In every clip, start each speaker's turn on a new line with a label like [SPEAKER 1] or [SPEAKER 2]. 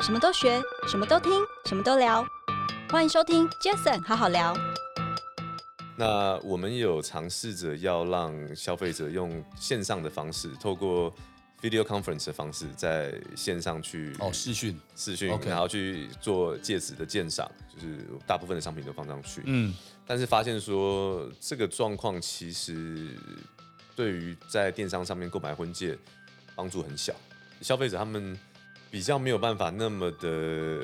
[SPEAKER 1] 什么都学，什么都听，什么都聊。欢迎收听 Jason 好好聊。
[SPEAKER 2] 那我们也有尝试着要让消费者用线上的方式，透过 video conference 的方式，在线上去
[SPEAKER 3] 哦，视讯，
[SPEAKER 2] 视讯，
[SPEAKER 3] OK
[SPEAKER 2] 然后去做戒指的鉴赏，就是大部分的商品都放上去。
[SPEAKER 3] 嗯，
[SPEAKER 2] 但是发现说这个状况其实对于在电商上面购买婚戒帮助很小，消费者他们比较没有办法那么的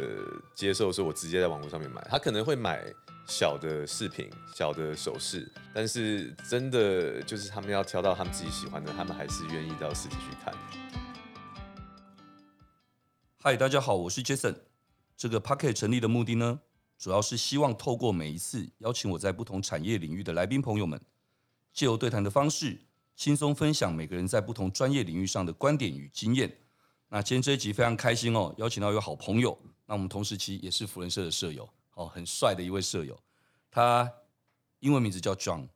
[SPEAKER 2] 接受，说我直接在网络上面买，他可能会买小的饰品、小的首饰，但是真的就是他们要挑到他们自己喜欢的，他们还是愿意到实体去看。
[SPEAKER 4] 嗨，大家好，我是 Jason。这个 Pocket 成立的目的呢，主要是希望透过每一次邀请我在不同产业领域的来宾朋友们，借由对谈的方式，轻松分享每个人在不同专业领域上的观点与经验。那今天这一集非常开心哦，邀请到一位好朋友，那我们同时期也是福人社的舍友哦，很帅的一位舍友，他英文名字叫 John。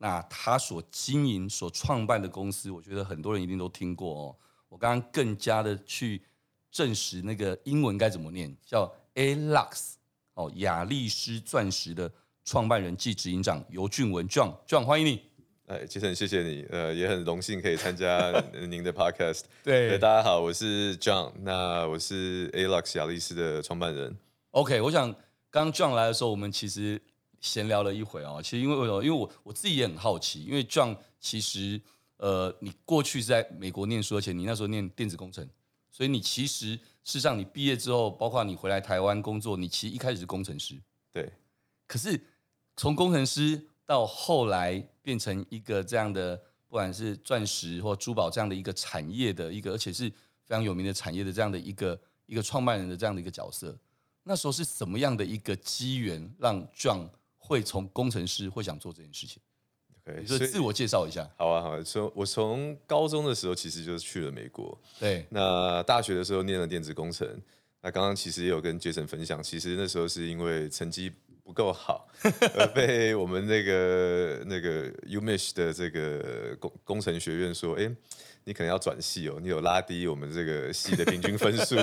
[SPEAKER 4] 那他所经营、所创办的公司，我觉得很多人一定都听过哦。我刚刚更加的去证实那个英文该怎么念，叫 A Lux 哦，雅丽诗钻石的创办人暨执行长尤俊文 John John，欢迎你。
[SPEAKER 2] 哎，杰森，谢谢你，呃，也很荣幸可以参加您的 podcast。
[SPEAKER 3] 对
[SPEAKER 2] 呃大家好，我是 John，那我是 Alux 雅丽斯的创办人。
[SPEAKER 4] OK，我想刚 John 来的时候，我们其实闲聊了一回哦。其实因为为什么？因为我我自己也很好奇，因为 John 其实呃，你过去是在美国念书，而且你那时候念电子工程，所以你其实事实上你毕业之后，包括你回来台湾工作，你其实一开始是工程师，
[SPEAKER 2] 对，
[SPEAKER 4] 可是从工程师到后来变成一个这样的，不管是钻石或珠宝这样的一个产业的一个，而且是非常有名的产业的这样的一个一个创办人的这样的一个角色，那时候是什么样的一个机缘让 John 会从工程师会想做这件事情？
[SPEAKER 2] OK，
[SPEAKER 4] 你说
[SPEAKER 2] 所以
[SPEAKER 4] 自我介绍一下，
[SPEAKER 2] 好啊，好啊。从我从高中的时候其实就去了美国，
[SPEAKER 4] 对，
[SPEAKER 2] 那大学的时候念了电子工程。那刚刚其实也有跟 Jason 分享，其实那时候是因为成绩不够好， 而被我们那个那个 UMich 的这个工工程学院说，哎、你可能要转系哦，你有拉低我们这个系的平均分 数。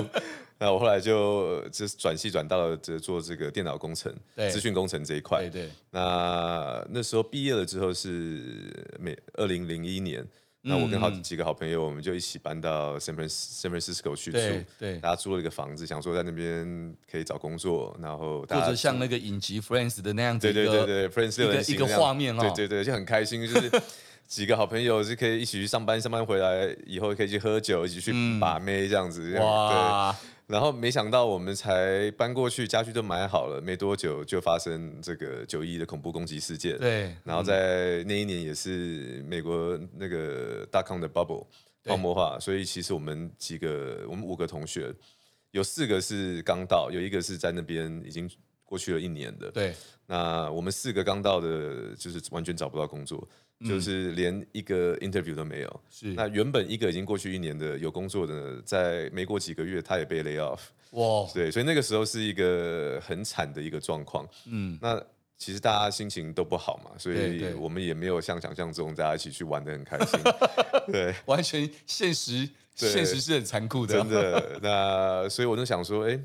[SPEAKER 2] 那我后来就呃就是转系转到了这做这个电脑工程、
[SPEAKER 4] 对
[SPEAKER 2] 资讯工程这一块
[SPEAKER 4] 对。对，
[SPEAKER 2] 那那时候毕业了之后是美二零零一年，那我跟
[SPEAKER 4] 嗯
[SPEAKER 2] 好几个好朋友，我们就一起搬到 San Fran- San Francisco 去住
[SPEAKER 4] 对，对
[SPEAKER 2] 大家租了一个房子，想说在那边可以找工作，然后大
[SPEAKER 4] 或
[SPEAKER 2] 家
[SPEAKER 4] 者像那个影集 Friends 的那样子
[SPEAKER 2] 对
[SPEAKER 4] 一
[SPEAKER 2] 对
[SPEAKER 4] 个，
[SPEAKER 2] 对对，Friends
[SPEAKER 4] 一
[SPEAKER 2] 六
[SPEAKER 4] 个
[SPEAKER 2] 人行
[SPEAKER 4] 一个
[SPEAKER 2] 那样
[SPEAKER 4] 画面哦
[SPEAKER 2] 对对对，就很开心，就是几个好朋友是可以一起去上班，上班回来以后可以去喝酒，一起去把妹这样子，这样对。
[SPEAKER 4] 嗯哇，
[SPEAKER 2] 然后没想到我们才搬过去，家具都买好了，没多久就发生这个九一的恐怖攻击事件。
[SPEAKER 4] 对
[SPEAKER 2] 然后在那一年也是美国那个大康的 bubble
[SPEAKER 4] 对
[SPEAKER 2] 泡沫化，所以其实我们几个，我们五个同学，有四个是刚到，有一个是在那边已经过去了一年的。
[SPEAKER 4] 对，
[SPEAKER 2] 那我们四个刚到的，就是完全找不到工作，
[SPEAKER 4] 嗯
[SPEAKER 2] 就是连一个 interview 都没有。
[SPEAKER 4] 是
[SPEAKER 2] 那原本一个已经过去一年的有工作的呢，在没过几个月他也被 lay off，
[SPEAKER 4] 哇，
[SPEAKER 2] 对，所以那个时候是一个很惨的一个状况。
[SPEAKER 4] 嗯，
[SPEAKER 2] 那其实大家心情都不好嘛，所
[SPEAKER 4] 对
[SPEAKER 2] 以
[SPEAKER 4] 对
[SPEAKER 2] 我们也没有像想象中大家一起去玩的很开 心。对，
[SPEAKER 4] 完全现实，
[SPEAKER 2] 对
[SPEAKER 4] 现实是很残酷的，
[SPEAKER 2] 真
[SPEAKER 4] 啊
[SPEAKER 2] 的。那所以我就想说，哎、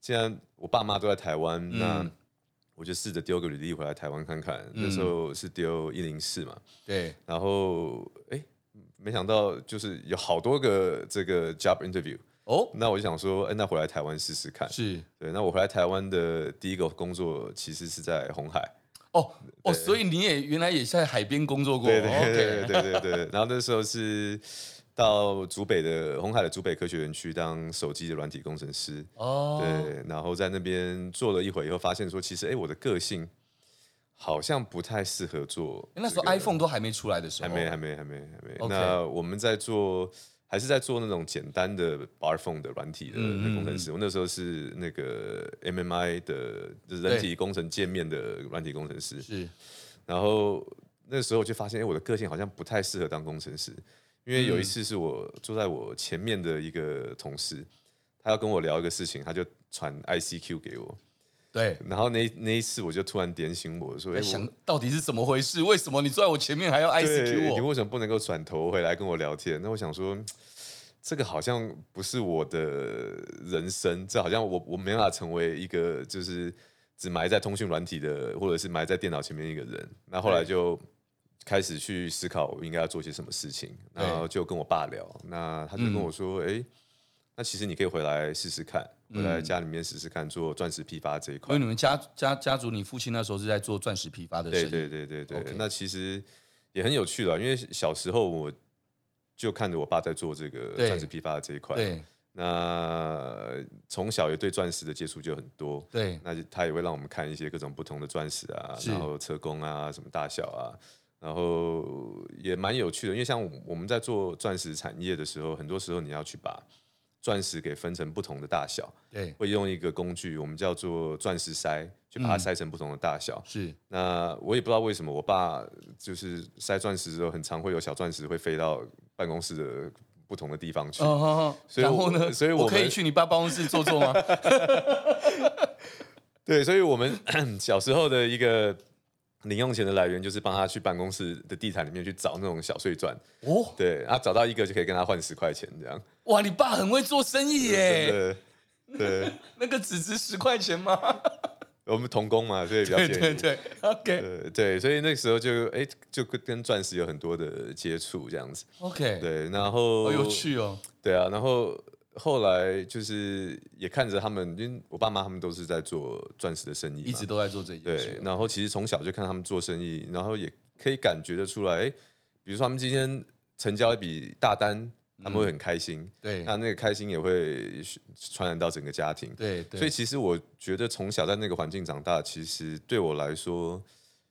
[SPEAKER 2] 既然我爸妈都在台湾，那
[SPEAKER 4] 嗯
[SPEAKER 2] 我就试着丢个履历回来台湾看看。那时候是丢一零四嘛，
[SPEAKER 4] 对，
[SPEAKER 2] 然后哎、没想到就是有好多个这个 job interview。
[SPEAKER 4] 哦，
[SPEAKER 2] 那我就想说，哎、那回来台湾试试看。
[SPEAKER 4] 是
[SPEAKER 2] 对，那我回来台湾的第一个工作其实是在红海。
[SPEAKER 4] 哦哦，所以你也原来也在海边工作过哦
[SPEAKER 2] 对对对
[SPEAKER 4] o k
[SPEAKER 2] 对对对对。然后那时候是到竹北的红海的竹北科学园区当手机的软体工程师。
[SPEAKER 4] 哦，
[SPEAKER 2] 对，然后在那边做了一会以后，发现说其实哎，诶我的个性好像不太适合做这个、
[SPEAKER 4] 诶那时候 iPhone 都还没出来的时
[SPEAKER 2] 还
[SPEAKER 4] 候，
[SPEAKER 2] 没还没还没还没。
[SPEAKER 4] OK
[SPEAKER 2] 那我们在做还是在做那种简单的 bar phone 的软体的
[SPEAKER 4] 嗯嗯
[SPEAKER 2] 工程师。我那时候是那个 MMI 的就是人体工程界面的软体工程师。
[SPEAKER 4] 是
[SPEAKER 2] 然后那时候我就发现，哎、我的个性好像不太适合当工程师，因为有
[SPEAKER 4] 嗯
[SPEAKER 2] 一次是我坐在我前面的一个同事，他要跟我聊一个事情，他就传 ICQ 给我，
[SPEAKER 4] 对。
[SPEAKER 2] 然后那那一次我就突然点醒我说，哎、
[SPEAKER 4] 在
[SPEAKER 2] 我
[SPEAKER 4] 想到底是怎么回事？为什么你坐在我前面还要
[SPEAKER 2] 对
[SPEAKER 4] ICQ
[SPEAKER 2] 你
[SPEAKER 4] 我？
[SPEAKER 2] 为什么不能够转头回来跟我聊天？那我想说。嗯这个好像不是我的人生，这好像我我没办法成为一个就是只埋在通讯软体的，或者是埋在电脑前面一个人。那后来
[SPEAKER 4] 对
[SPEAKER 2] 就开始去思考我应该要做些什么事情，
[SPEAKER 4] 对
[SPEAKER 2] 然后就跟我爸聊，那他就跟
[SPEAKER 4] 嗯
[SPEAKER 2] 我说，哎、那其实你可以回来试试看，回来
[SPEAKER 4] 嗯
[SPEAKER 2] 家里面试试看做钻石批发这一
[SPEAKER 4] 因
[SPEAKER 2] 块
[SPEAKER 4] 为你。们家家家族，你父亲那时候是在做钻石批发的生
[SPEAKER 2] 对对
[SPEAKER 4] 意，
[SPEAKER 2] 对对对
[SPEAKER 4] OK
[SPEAKER 2] 那其实也很有趣了，因为小时候我就看着我爸在做这个
[SPEAKER 4] 对
[SPEAKER 2] 钻石批发的这一块，
[SPEAKER 4] 对
[SPEAKER 2] 那从小也对钻石的接触就很多，
[SPEAKER 4] 对
[SPEAKER 2] 那就他也会让我们看一些各种不同的钻石啊，
[SPEAKER 4] 是
[SPEAKER 2] 然后车工啊，什么大小啊，然后也蛮有趣的，因为像我们在做钻石产业的时候，很多时候你要去把钻石给分成不同的大小，
[SPEAKER 4] 对，
[SPEAKER 2] 会用一个工具，我们叫做钻石筛，去把它
[SPEAKER 4] 嗯
[SPEAKER 2] 筛成不同的大小。
[SPEAKER 4] 是
[SPEAKER 2] 那我也不知道为什么，我爸就是塞钻石的时候，很常会有小钻石会飞到办公室的不同的地方去。
[SPEAKER 4] 哦好好
[SPEAKER 2] 所以
[SPEAKER 4] 然
[SPEAKER 2] 我
[SPEAKER 4] 后呢？
[SPEAKER 2] 所以我
[SPEAKER 4] 我可以
[SPEAKER 2] 们
[SPEAKER 4] 去你爸办公室坐坐 吗？
[SPEAKER 2] 对，所以我们 小时候的一个零用钱的来源，就是帮他去办公室的地毯里面去找那种小碎钻。
[SPEAKER 4] 哦，
[SPEAKER 2] 对，他找到一个就可以跟他换十块钱这样。
[SPEAKER 4] 哇，你爸很会做生意耶，
[SPEAKER 2] 对对，
[SPEAKER 4] 那个只值十块钱吗？
[SPEAKER 2] 我们童工嘛，所以比较
[SPEAKER 4] 对
[SPEAKER 2] 便宜。
[SPEAKER 4] 对对，OK
[SPEAKER 2] 对对，所以那时候就哎、就跟跟钻石有很多的接触这样子。
[SPEAKER 4] OK，
[SPEAKER 2] 对，然后
[SPEAKER 4] 好有趣哦，
[SPEAKER 2] 对啊，然后后来就是也看着他们，因为我爸妈他们都是在做钻石的生意嘛，
[SPEAKER 4] 一直都在做这件
[SPEAKER 2] 对
[SPEAKER 4] 事。，
[SPEAKER 2] 然后其实从小就看他们做生意，然后也可以感觉得出来，诶比如说他们今天成交一笔大单，他们会很开心，
[SPEAKER 4] 嗯对
[SPEAKER 2] 那那个开心也会传染到整个家庭。
[SPEAKER 4] 对对，
[SPEAKER 2] 所以其实我觉得从小在那个环境长大，其实对我来说，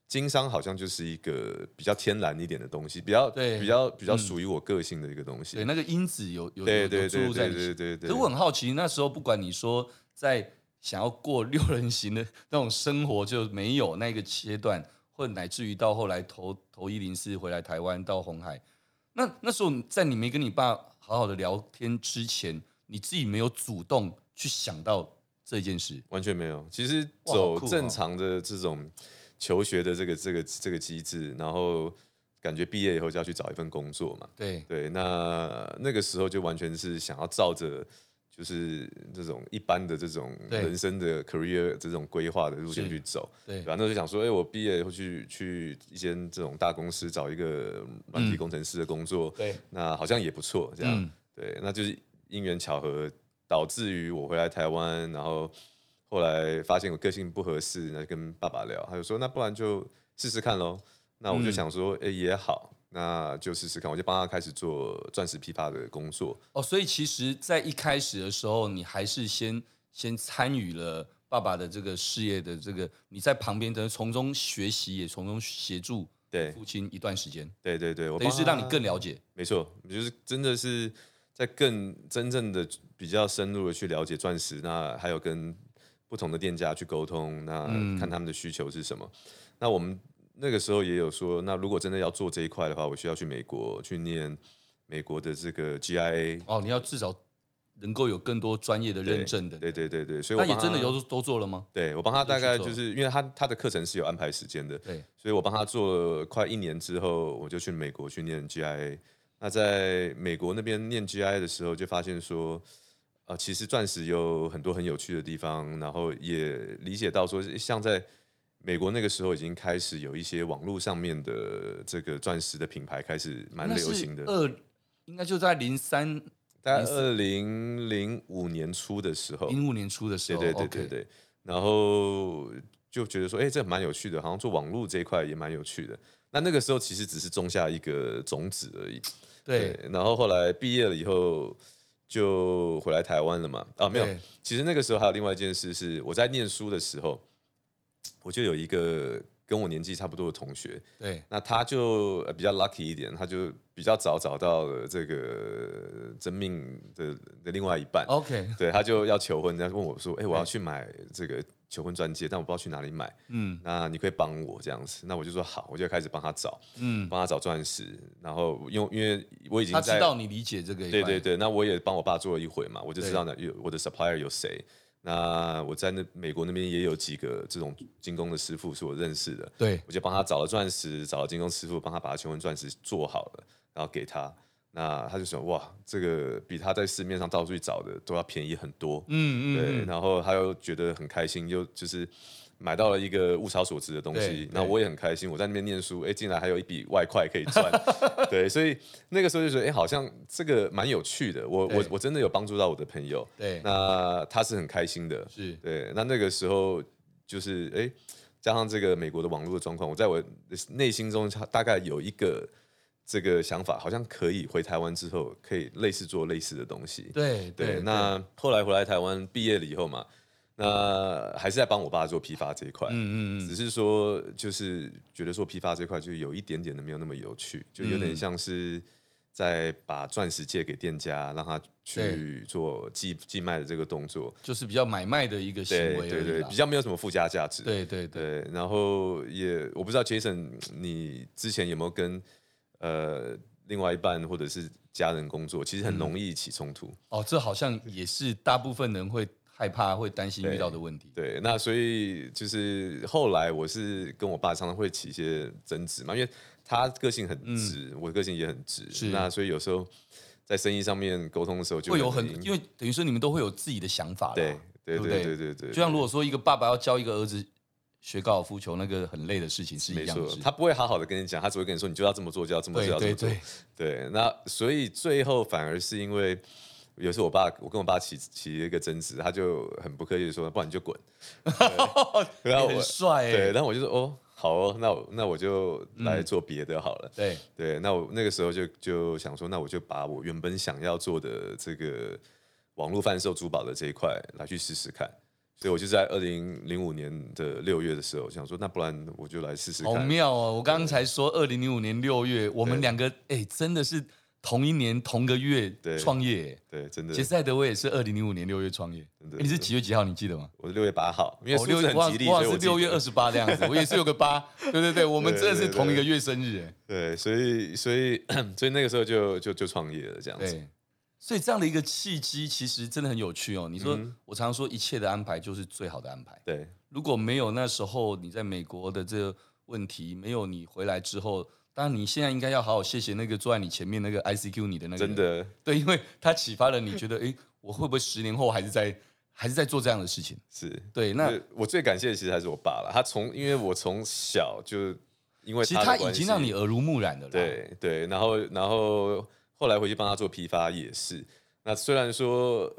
[SPEAKER 2] 经商好像就是一个比较天然一点的东西，比较
[SPEAKER 4] 对
[SPEAKER 2] 比较比较
[SPEAKER 4] 嗯
[SPEAKER 2] 属于我个性的一个东西。
[SPEAKER 4] 对那个因子有有有
[SPEAKER 2] 对
[SPEAKER 4] 有
[SPEAKER 2] 对
[SPEAKER 4] 注
[SPEAKER 2] 对
[SPEAKER 4] 入在
[SPEAKER 2] 对
[SPEAKER 4] 里面
[SPEAKER 2] 对。对
[SPEAKER 4] 可
[SPEAKER 2] 对
[SPEAKER 4] 是我很好奇，那时候不管你说在想要过六人行的那种生活，就没有那个阶段，或乃至于到后来投投一零四回来台湾到红海，那那时候在你没跟你爸好好的聊天之前，你自己没有主动去想到这件事。
[SPEAKER 2] 完全没有。其实
[SPEAKER 4] 哇好
[SPEAKER 2] 走
[SPEAKER 4] 酷哦
[SPEAKER 2] 正常的这种求学的这个这个这个机制，然后感觉毕业以后就要去找一份工作嘛。
[SPEAKER 4] 对
[SPEAKER 2] 对，那那个时候就完全是想要照着就是这种一般的这种
[SPEAKER 4] 对
[SPEAKER 2] 人生的 career 这种规划的路线
[SPEAKER 4] 是
[SPEAKER 2] 去走。
[SPEAKER 4] 对
[SPEAKER 2] 对吧？那时候想说，哎、我毕业以后去去一间这种大公司找一个软体
[SPEAKER 4] 嗯
[SPEAKER 2] 工程师的工作，
[SPEAKER 4] 对，
[SPEAKER 2] 那好像也不错，这样。
[SPEAKER 4] 嗯
[SPEAKER 2] 对，啊那就是因缘巧合导致于我回来台湾，然后后来发现我个性不合适，那就跟爸爸聊，他就说那不然就试试看喽。那我就
[SPEAKER 4] 嗯
[SPEAKER 2] 想说，哎、也好，那就试试看，我就帮他开始做钻石批发的工作。
[SPEAKER 4] 哦，所以其实，在一开始的时候，你还是先先参与了爸爸的这个事业的这个，你在旁边的从中学习，也从中协助
[SPEAKER 2] 对
[SPEAKER 4] 父亲一段时间，
[SPEAKER 2] 对对对，我
[SPEAKER 4] 等于
[SPEAKER 2] 帮
[SPEAKER 4] 是让你
[SPEAKER 2] 他
[SPEAKER 4] 更了解。
[SPEAKER 2] 没错，就是真的是在更真正的比较深入的去了解钻石，那还有跟不同的店家去沟通，那
[SPEAKER 4] 嗯
[SPEAKER 2] 看他们的需求是什么。那我们那个时候也有说，那如果真的要做这一块的话，我需要去美国去念美国的这个 GIA
[SPEAKER 4] 哦，你要至少能够有更多专业的认证的。
[SPEAKER 2] 对对对对，所以我
[SPEAKER 4] 那也
[SPEAKER 2] 帮
[SPEAKER 4] 真的
[SPEAKER 2] 他
[SPEAKER 4] 有都做了吗？
[SPEAKER 2] 对我帮他大概
[SPEAKER 4] 就
[SPEAKER 2] 就
[SPEAKER 4] 去
[SPEAKER 2] 是因为他他的课程是有安排时间的，
[SPEAKER 4] 对，
[SPEAKER 2] 所以我帮他做了快一年之后，我就去美国去念 GIA。那在美国那边念 GIA 的时候，就发现说，呃，其实钻石有很多很有趣的地方，然后也理解到说，像在美国那个时候已经开始有一些网络上面的这个钻石的品牌开始蛮
[SPEAKER 4] 那
[SPEAKER 2] 流
[SPEAKER 4] 是
[SPEAKER 2] 行的，
[SPEAKER 4] 二应该就在零三
[SPEAKER 2] 大概
[SPEAKER 4] 零四
[SPEAKER 2] 二零零五年初的时候，
[SPEAKER 4] 零五年初的时
[SPEAKER 2] 哦对对对
[SPEAKER 4] 候。哦 OK
[SPEAKER 2] 对对。然后就觉得说，哎、这蛮有趣的，好像做网络这一块也蛮有趣的。那那个时候其实只是种下一个种子而已。
[SPEAKER 4] 对
[SPEAKER 2] 然后后来毕业了以后就回来台湾了嘛？啊，没有
[SPEAKER 4] 对。
[SPEAKER 2] 其实那个时候还有另外一件事是，我在念书的时候，我就有一个跟我年纪差不多的同学，
[SPEAKER 4] 对
[SPEAKER 2] 那他就呃比较 lucky 一点，他就比较早找到了这个真命的的另外一半。
[SPEAKER 4] ，OK，
[SPEAKER 2] 对，他就要求婚，他问我说：“哎、我要
[SPEAKER 4] 对
[SPEAKER 2] 去买这个求婚钻戒，但我不知道去哪里买，
[SPEAKER 4] 嗯
[SPEAKER 2] 那你可以帮我这样子。”那我就说好，我就开始帮他找，
[SPEAKER 4] 嗯，
[SPEAKER 2] 帮他找钻石。然后因为因为我已经
[SPEAKER 4] 他知
[SPEAKER 2] 在
[SPEAKER 4] 道你理解这个一
[SPEAKER 2] 对
[SPEAKER 4] 块，
[SPEAKER 2] 对对，那我也帮我爸做了一回嘛，我就知
[SPEAKER 4] 对
[SPEAKER 2] 道那有我的 supplier 有谁。那我在那美国那边也有几个这种精工的师傅是我认识的，
[SPEAKER 4] 对
[SPEAKER 2] 我就帮他找了钻石，找了精工师傅，帮他把他求婚钻石做好了，然后给他。那他就想哇，这个比他在市面上到处去找的都要便宜很多，
[SPEAKER 4] 嗯
[SPEAKER 2] 对，然后他又觉得很开心，又就是买到了一个物超所值的东
[SPEAKER 4] 对
[SPEAKER 2] 西。那我也很开心，我在那边念书，哎，竟然还有一笔外快可以 赚。对，所以那个时候就觉得，哎，好像这个蛮有趣的。我我
[SPEAKER 4] 对
[SPEAKER 2] 我真的有帮助到我的朋友，
[SPEAKER 4] 对，
[SPEAKER 2] 那他是很开心的。
[SPEAKER 4] 是
[SPEAKER 2] 对，那那个时候就是哎，加上这个美国的网络的状况，我在我内心中大概有一个这个想法，好像可以回台湾之后，可以类似做类似的东西。
[SPEAKER 4] 对
[SPEAKER 2] 对，那后来回来台湾毕业了以后嘛，那还是在帮我爸做批发这一块，
[SPEAKER 4] 嗯嗯嗯，
[SPEAKER 2] 只是说就是觉得说批发这块就有一点点的没有那么有趣，就有点
[SPEAKER 4] 嗯
[SPEAKER 2] 像是在把钻石借给店家，让他去做寄寄卖的这个动作。
[SPEAKER 4] 就是比较买卖的一个行
[SPEAKER 2] 对
[SPEAKER 4] 为而已
[SPEAKER 2] 对对，
[SPEAKER 4] 啦
[SPEAKER 2] 比较没有什么附加价值。
[SPEAKER 4] 对对对，
[SPEAKER 2] 对，然后也我不知道 Jason 你之前有没有跟呃另外一半或者是家人工作，其
[SPEAKER 4] 嗯
[SPEAKER 2] 实很容易起冲突。
[SPEAKER 4] 哦，这好像也是大部分人会害怕、会担心遇
[SPEAKER 2] 对
[SPEAKER 4] 到的问题。
[SPEAKER 2] 对，那所以就是后来我是跟我爸常常会起一些争执嘛，因为他个性很直，我的个性也很直
[SPEAKER 4] 嗯是，
[SPEAKER 2] 那所以有时候在生意上面沟通的时候就
[SPEAKER 4] 会有很，因
[SPEAKER 2] 为
[SPEAKER 4] 为等于说你们都会有自己的想法啦。
[SPEAKER 2] 对对
[SPEAKER 4] 不
[SPEAKER 2] 对对对对，
[SPEAKER 4] 就像如果说一个爸爸要教一个儿子学高尔夫球，那个很累的事情是
[SPEAKER 2] 没
[SPEAKER 4] 一样
[SPEAKER 2] 错
[SPEAKER 4] 的事，。
[SPEAKER 2] 他不会好好的跟你讲，他只会跟你说你就要这么做，就要这么做，
[SPEAKER 4] 对
[SPEAKER 2] 就要这
[SPEAKER 4] 对
[SPEAKER 2] 么做。
[SPEAKER 4] 对，
[SPEAKER 2] 对，那所以最后反而是因为有时候我爸，我跟我爸起起一个争执，他就很不客气的说，不然你就 滚。对 然后
[SPEAKER 4] 你
[SPEAKER 2] 我
[SPEAKER 4] 很帅
[SPEAKER 2] 对，
[SPEAKER 4] 哎。嗯
[SPEAKER 2] 然后我就说哦，好哦，那我那我就来做别的好了。
[SPEAKER 4] 对
[SPEAKER 2] 对，那我那个时候就就想说，那我就把我原本想要做的这个网络贩售珠宝的这一块来去试试看。所以我就在二零零五年的六月的时候，想说，那不然我就来试试
[SPEAKER 4] 好
[SPEAKER 2] 看。
[SPEAKER 4] 妙哦！我刚才说二零零五年六月，我们
[SPEAKER 2] 对
[SPEAKER 4] 两个哎真的是同一年同个月
[SPEAKER 2] 对
[SPEAKER 4] 创业。欸
[SPEAKER 2] 对，真的
[SPEAKER 4] 杰，赛德我也是二零零五年六月创业。
[SPEAKER 2] 真的
[SPEAKER 4] 哎你是几月几号？你记得吗？
[SPEAKER 2] 我是六月八号，因为
[SPEAKER 4] 哦，
[SPEAKER 2] 数字
[SPEAKER 4] 月
[SPEAKER 2] 很吉利，
[SPEAKER 4] 我好
[SPEAKER 2] 所以我
[SPEAKER 4] 像
[SPEAKER 2] 记
[SPEAKER 4] 是
[SPEAKER 2] 得
[SPEAKER 4] 六月二十八这样子，我也是有个八。对对对，我们
[SPEAKER 2] 对
[SPEAKER 4] 真的是
[SPEAKER 2] 对
[SPEAKER 4] 同一个
[SPEAKER 2] 对
[SPEAKER 4] 月生日哎。
[SPEAKER 2] 对，所以所以 所以那个时候就就就创业了这样子。
[SPEAKER 4] 对，所以这样的一个契机，其实真的很有趣哦。你说，
[SPEAKER 2] 嗯哼
[SPEAKER 4] 我常常说，一切的安排就是最好的安排。
[SPEAKER 2] 对
[SPEAKER 4] 如果没有那时候你在美国的这个问题，没有你回来之后，当然你现在应该要好好谢谢那个坐在你前面那个 ICQ 你的那个
[SPEAKER 2] 真
[SPEAKER 4] 人
[SPEAKER 2] 的
[SPEAKER 4] 对，因为他启发了你觉得，诶，我会不会十年后还是在还是在做这样的事情？
[SPEAKER 2] 是。
[SPEAKER 4] 对，那
[SPEAKER 2] 就是我最感谢的其实还是我爸了，他从因为我从小就因为
[SPEAKER 4] 其实他
[SPEAKER 2] 的
[SPEAKER 4] 已
[SPEAKER 2] 关系
[SPEAKER 4] 经让你耳濡目染了啦。
[SPEAKER 2] 对对，然后然后后来回去帮他做批发也是。那虽然说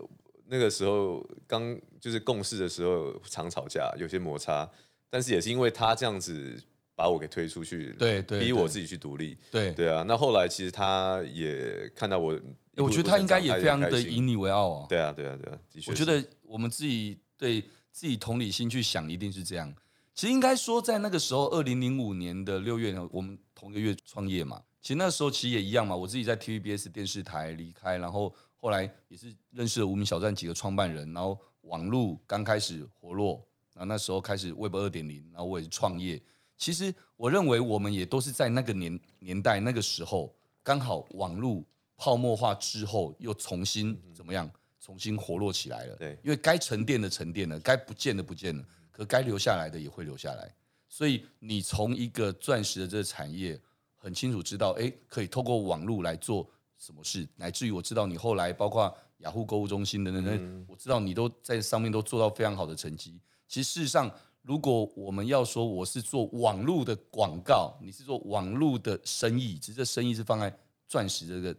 [SPEAKER 2] 那个时候刚就是共事的时候常吵架，有些摩擦，但是也是因为他这样子把我给推出去，
[SPEAKER 4] 对对
[SPEAKER 2] 逼我
[SPEAKER 4] 对
[SPEAKER 2] 自己去独立。
[SPEAKER 4] 对哎
[SPEAKER 2] 对啊，那后来其实他也看到我一步一步
[SPEAKER 4] 我
[SPEAKER 2] 成长，
[SPEAKER 4] 觉得他应该也
[SPEAKER 2] 很
[SPEAKER 4] 非常的
[SPEAKER 2] 开心
[SPEAKER 4] 以你为傲哦。
[SPEAKER 2] 对啊，对啊，对啊，的确是，
[SPEAKER 4] 我觉得我们自己对自己同理心去想，一定是这样。其实应该说，在那个时候，二零零五年的六月呢，我们同一个月创业嘛。其实那时候其实也一样嘛，我自己在 TVBS 电视台离开，然后后来也是认识了无名小站几个创办人，然后网络刚开始活络，然后那时候开始 Web 二点零，然后我也是创业。其实我认为我们也都是在那个年年代那个时候，刚好网络泡沫化之后，又重新怎么样，重新活络起来了。
[SPEAKER 2] 对
[SPEAKER 4] 因为该沉淀的沉淀了，该不见的不见了，可该留下来的也会留下来。所以你从一个钻石的这个产业，很清楚知道，哎，可以透过网络来做什么事，乃至于我知道你后来包括雅虎购物中心等等等，我知道你都在上面都做到非常好的成绩。其实事实上，如果我们要说我是做网络的广告，你是做网络的生意，只是这生意是放在钻石这个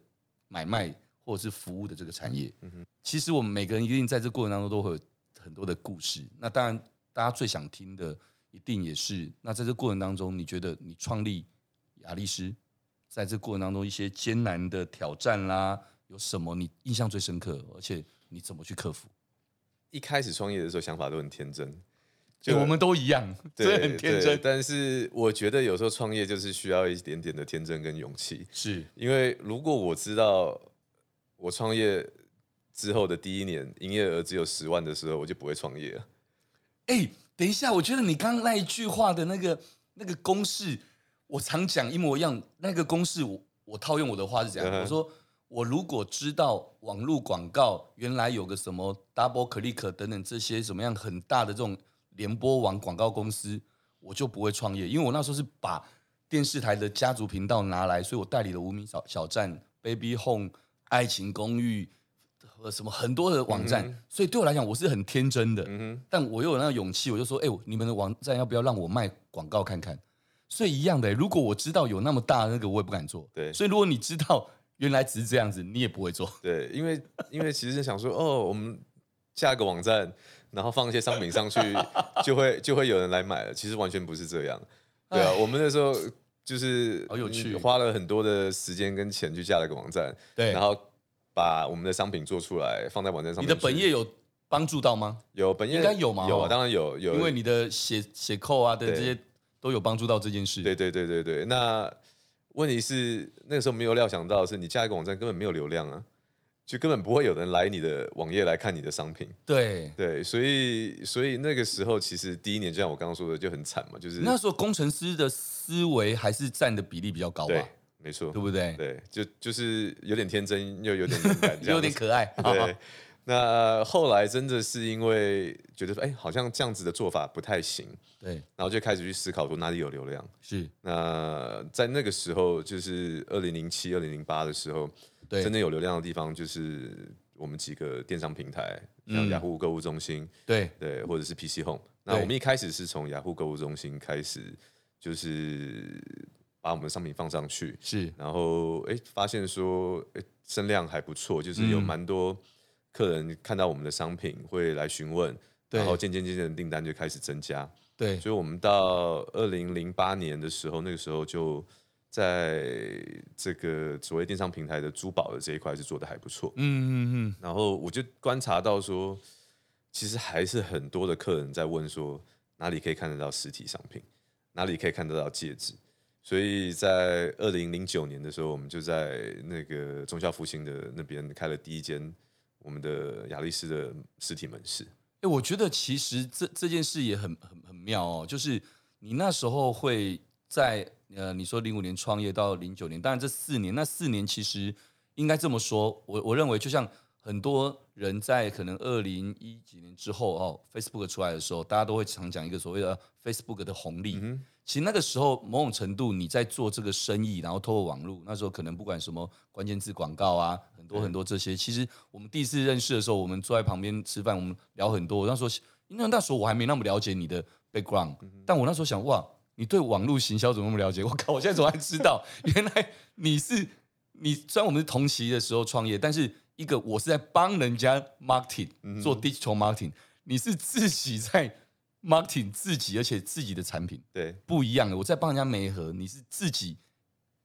[SPEAKER 4] 买卖或者是服务的这个产业。其实我们每个人一定在这过程当中都会有很多的故事。那当然，大家最想听的一定也是那在这过程当中，你觉得你创立雅丽诗，在这过程当中一些艰难的挑战啦，有什么你印象最深刻，而且你怎么去克服？
[SPEAKER 2] 一开始创业的时候想法都很天真，
[SPEAKER 4] 就、哎我们都一样，
[SPEAKER 2] 对
[SPEAKER 4] 真的很天
[SPEAKER 2] 对
[SPEAKER 4] 真，
[SPEAKER 2] 但是我觉得有时候创业就是需要一点点的天真跟勇气，
[SPEAKER 4] 是
[SPEAKER 2] 因为如果我知道我创业之后的第一年营业额只有十万的时候，我就不会创业了。
[SPEAKER 4] 哎、等一下，我觉得你刚刚那一句话的那个那个公式，我常讲一模一样。那个公式我，我套用我的话是这样，
[SPEAKER 2] 嗯哼
[SPEAKER 4] 我说我如果知道网络广告原来有个什么 Double Click 等等这些什么样很大的这种联播网广告公司，我就不会创业，因为我那时候是把电视台的家族频道拿来，所以我代理了无名小小站 Baby Home、爱情公寓，呃，什么很多的网站，
[SPEAKER 2] 嗯
[SPEAKER 4] 所以对我来讲，我是很天真的。
[SPEAKER 2] 嗯哼，
[SPEAKER 4] 但我又有那个勇气，我就说，哎、你们的网站要不要让我卖广告看看？所以一样的、如果我知道有那么大的那个，我也不敢做。
[SPEAKER 2] 对
[SPEAKER 4] 所以如果你知道原来只是这样子，你也不会做。
[SPEAKER 2] 对，因为因为其实想说，哦，我们下个网站，然后放一些商品上去，就会就会有人来买了。其实完全不是这样，对啊，我们那时候就是
[SPEAKER 4] 好有趣
[SPEAKER 2] 嗯花了很多的时间跟钱去架了个网站，
[SPEAKER 4] 对，
[SPEAKER 2] 然后把我们的商品做出来，放在网站上
[SPEAKER 4] 你
[SPEAKER 2] 面去。
[SPEAKER 4] 的本业有帮助到吗？
[SPEAKER 2] 有本业
[SPEAKER 4] 应该有嘛
[SPEAKER 2] 有
[SPEAKER 4] 哦
[SPEAKER 2] 啊，当然有有，
[SPEAKER 4] 因为你的写写扣啊的
[SPEAKER 2] 对
[SPEAKER 4] 这些都有帮助到这件事。
[SPEAKER 2] 对对对对对，那问题是那个时候没有料想到的是，你架一个网站根本没有流量啊，就根本不会有人来你的网页来看你的商品。
[SPEAKER 4] 对
[SPEAKER 2] 对，所以所以那个时候其实第一年，就像我刚刚说的，就很惨嘛，就是
[SPEAKER 4] 那时候工程师的思维还是占的比例比较高吧，
[SPEAKER 2] 对
[SPEAKER 4] 对，
[SPEAKER 2] 没错，
[SPEAKER 4] 不对？
[SPEAKER 2] 对，就就是有点天真，又有点勇敢，这样
[SPEAKER 4] 有点
[SPEAKER 2] 子
[SPEAKER 4] 可爱。
[SPEAKER 2] 对。那后来真的是因为觉得，哎、好像这样子的做法不太行，
[SPEAKER 4] 对，
[SPEAKER 2] 然后就开始去思考说哪里有流量。
[SPEAKER 4] 是，
[SPEAKER 2] 那在那个时候，就是二零零七、二零零八的时候，
[SPEAKER 4] 对
[SPEAKER 2] 真的有流量的地方就是我们几个电商平台，像
[SPEAKER 4] 嗯
[SPEAKER 2] 雅虎购物中心，
[SPEAKER 4] 对，
[SPEAKER 2] 对，或者是 PC Home。那我们一开始是从雅虎购物中心开始，就是把我们的商品放上去，
[SPEAKER 4] 是，
[SPEAKER 2] 然后哎、诶发现说哎声量还不错，就是有
[SPEAKER 4] 嗯
[SPEAKER 2] 蛮多客人看到我们的商品会来询问，
[SPEAKER 4] 对
[SPEAKER 2] 然后渐渐渐渐订单就开始增加，
[SPEAKER 4] 对，
[SPEAKER 2] 所以我们到二零零八年的时候，那个时候就。在这个所谓电商平台的珠宝的这一块是做的还不错，
[SPEAKER 4] 嗯嗯嗯，
[SPEAKER 2] 然后我就观察到说，其实还是很多的客人在问说，哪里可以看得到实体商品，哪里可以看得到戒指。所以在二零零九年的时候，我们就在那个中校复兴的那边开了第一间我们的雅丽斯的实体门市。
[SPEAKER 4] 哎，我觉得其实这这件事也很很很妙哦，就是你那时候会在呃，你说零五年创业到零九年，当然这四年，那四年其实应该这么说，我我认为就像很多人在可能二零一几年之后哦，Facebook 出来的时候，大家都会常讲一个所谓的 Facebook 的红利，
[SPEAKER 2] 嗯
[SPEAKER 4] 其实那个时候，某种程度你在做这个生意，然后透过网络，那时候可能不管什么关键字广告啊，很多很多这些。其实我们第一次认识的时候，我们坐在旁边吃饭，我们聊很多。我那时候，因为那时候我还没那么了解你的 background，、但我那时候想，哇，你对网络行销怎么那么了解？我 靠，我现在怎么还知道？原来你是你，虽然我们是同期的时候创业，但是一个我是在帮人家 marketing 做 digital marketing，、你是自己在 marketing 自己，而且自己的产品。
[SPEAKER 2] 对
[SPEAKER 4] 不一样的。我在帮人家媒合，你是自己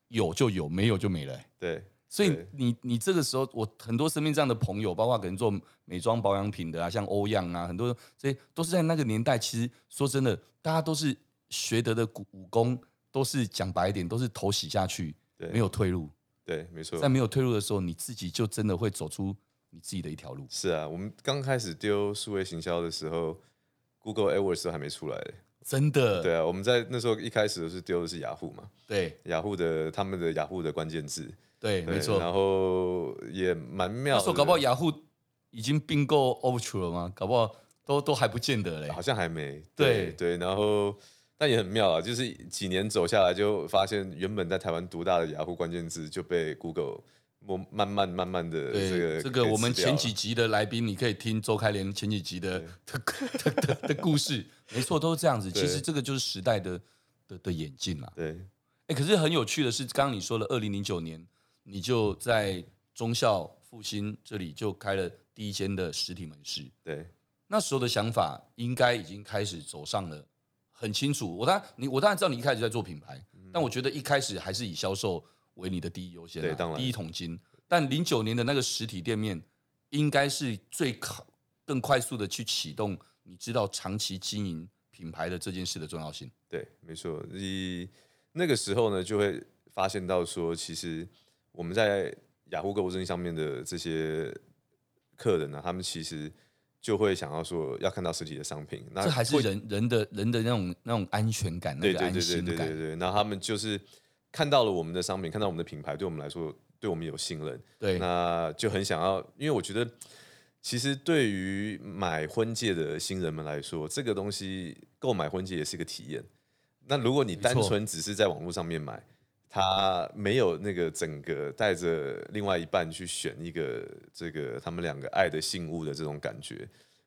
[SPEAKER 4] 有就有，没有就没了欸、
[SPEAKER 2] 对
[SPEAKER 4] 所以
[SPEAKER 2] 对
[SPEAKER 4] 你你这个时候，我很多身边这样的朋友，包括可能做美妆保养品的啊，像欧阳啊，很多这些都是在那个年代。其实说真的，大家都是学得的古武功，都是讲白一点，都是头洗下去，
[SPEAKER 2] 对
[SPEAKER 4] 没有退路。
[SPEAKER 2] 对，没错
[SPEAKER 4] 在。没有退路的时候，你自己就真的会走出你自己的一条路。
[SPEAKER 2] 是啊，我们刚开始丢数位行销的时候，Google AdWords 都还没出来嘞。
[SPEAKER 4] 真的，
[SPEAKER 2] 对啊，我们在那时候一开始是丢的是雅虎嘛，
[SPEAKER 4] 对
[SPEAKER 2] 雅虎的他们的雅虎的关键字。
[SPEAKER 4] 对，
[SPEAKER 2] 对
[SPEAKER 4] 没错。
[SPEAKER 2] 然后也蛮妙
[SPEAKER 4] 那
[SPEAKER 2] 的。
[SPEAKER 4] 时候搞不好雅虎已经并购 Overture 了吗？搞不好都都还不见得嘞
[SPEAKER 2] 好。像还没。
[SPEAKER 4] 对
[SPEAKER 2] 对，然后但也很妙啊，就是几年走下来，就发现原本在台湾独大的雅虎关键字就被 Google 慢慢慢慢慢的
[SPEAKER 4] 对，
[SPEAKER 2] 这个
[SPEAKER 4] 这个
[SPEAKER 2] 给
[SPEAKER 4] 我们
[SPEAKER 2] 吃掉
[SPEAKER 4] 前
[SPEAKER 2] 了
[SPEAKER 4] 几集的来宾，你可以听周开莲前几集的的的的的故事，没错，都是这样子。
[SPEAKER 2] 对
[SPEAKER 4] 其实这个就是时代的的的演进啦。
[SPEAKER 2] 对
[SPEAKER 4] 哎，可是很有趣的是，刚刚你说了，二零零九年你就在中校复兴这里就开了第一间的实体门市，
[SPEAKER 2] 对
[SPEAKER 4] 那时候的想法应该已经开始走上了很清楚。我当然你我当然知道你一开始在做品牌，
[SPEAKER 2] 嗯
[SPEAKER 4] 但我觉得一开始还是以销售为你的第一优先、啊，
[SPEAKER 2] 对当然
[SPEAKER 4] 第一桶金。但零九年的那个实体店面，应该是最靠更快速的去启动，你知道长期经营品牌的这件事的重要性。
[SPEAKER 2] 对，没错。你那个时候呢，就会发现到说，其实我们在雅虎购物中心上面的这些客人呢，他们其实就会想要说要看到实体的商品，那
[SPEAKER 4] 这还是
[SPEAKER 2] 会
[SPEAKER 4] 人人的人的那种那种安全感，那
[SPEAKER 2] 对
[SPEAKER 4] 个
[SPEAKER 2] 对
[SPEAKER 4] 安
[SPEAKER 2] 对对
[SPEAKER 4] 心
[SPEAKER 2] 对对
[SPEAKER 4] 感。
[SPEAKER 2] 对，然后他们就是看到了我们的商品，看到我们的品牌，对我们来说，对我们有信任，
[SPEAKER 4] 对
[SPEAKER 2] 那就很想要，因为我觉得其实对于买婚戒的新人们来说，这个东西购买婚戒也是一个体验。那如果你单
[SPEAKER 4] 错
[SPEAKER 2] 纯只是在网络上面买，他没有那个整个带着另外一半去选一个这个他们两个爱的信物的这种感觉，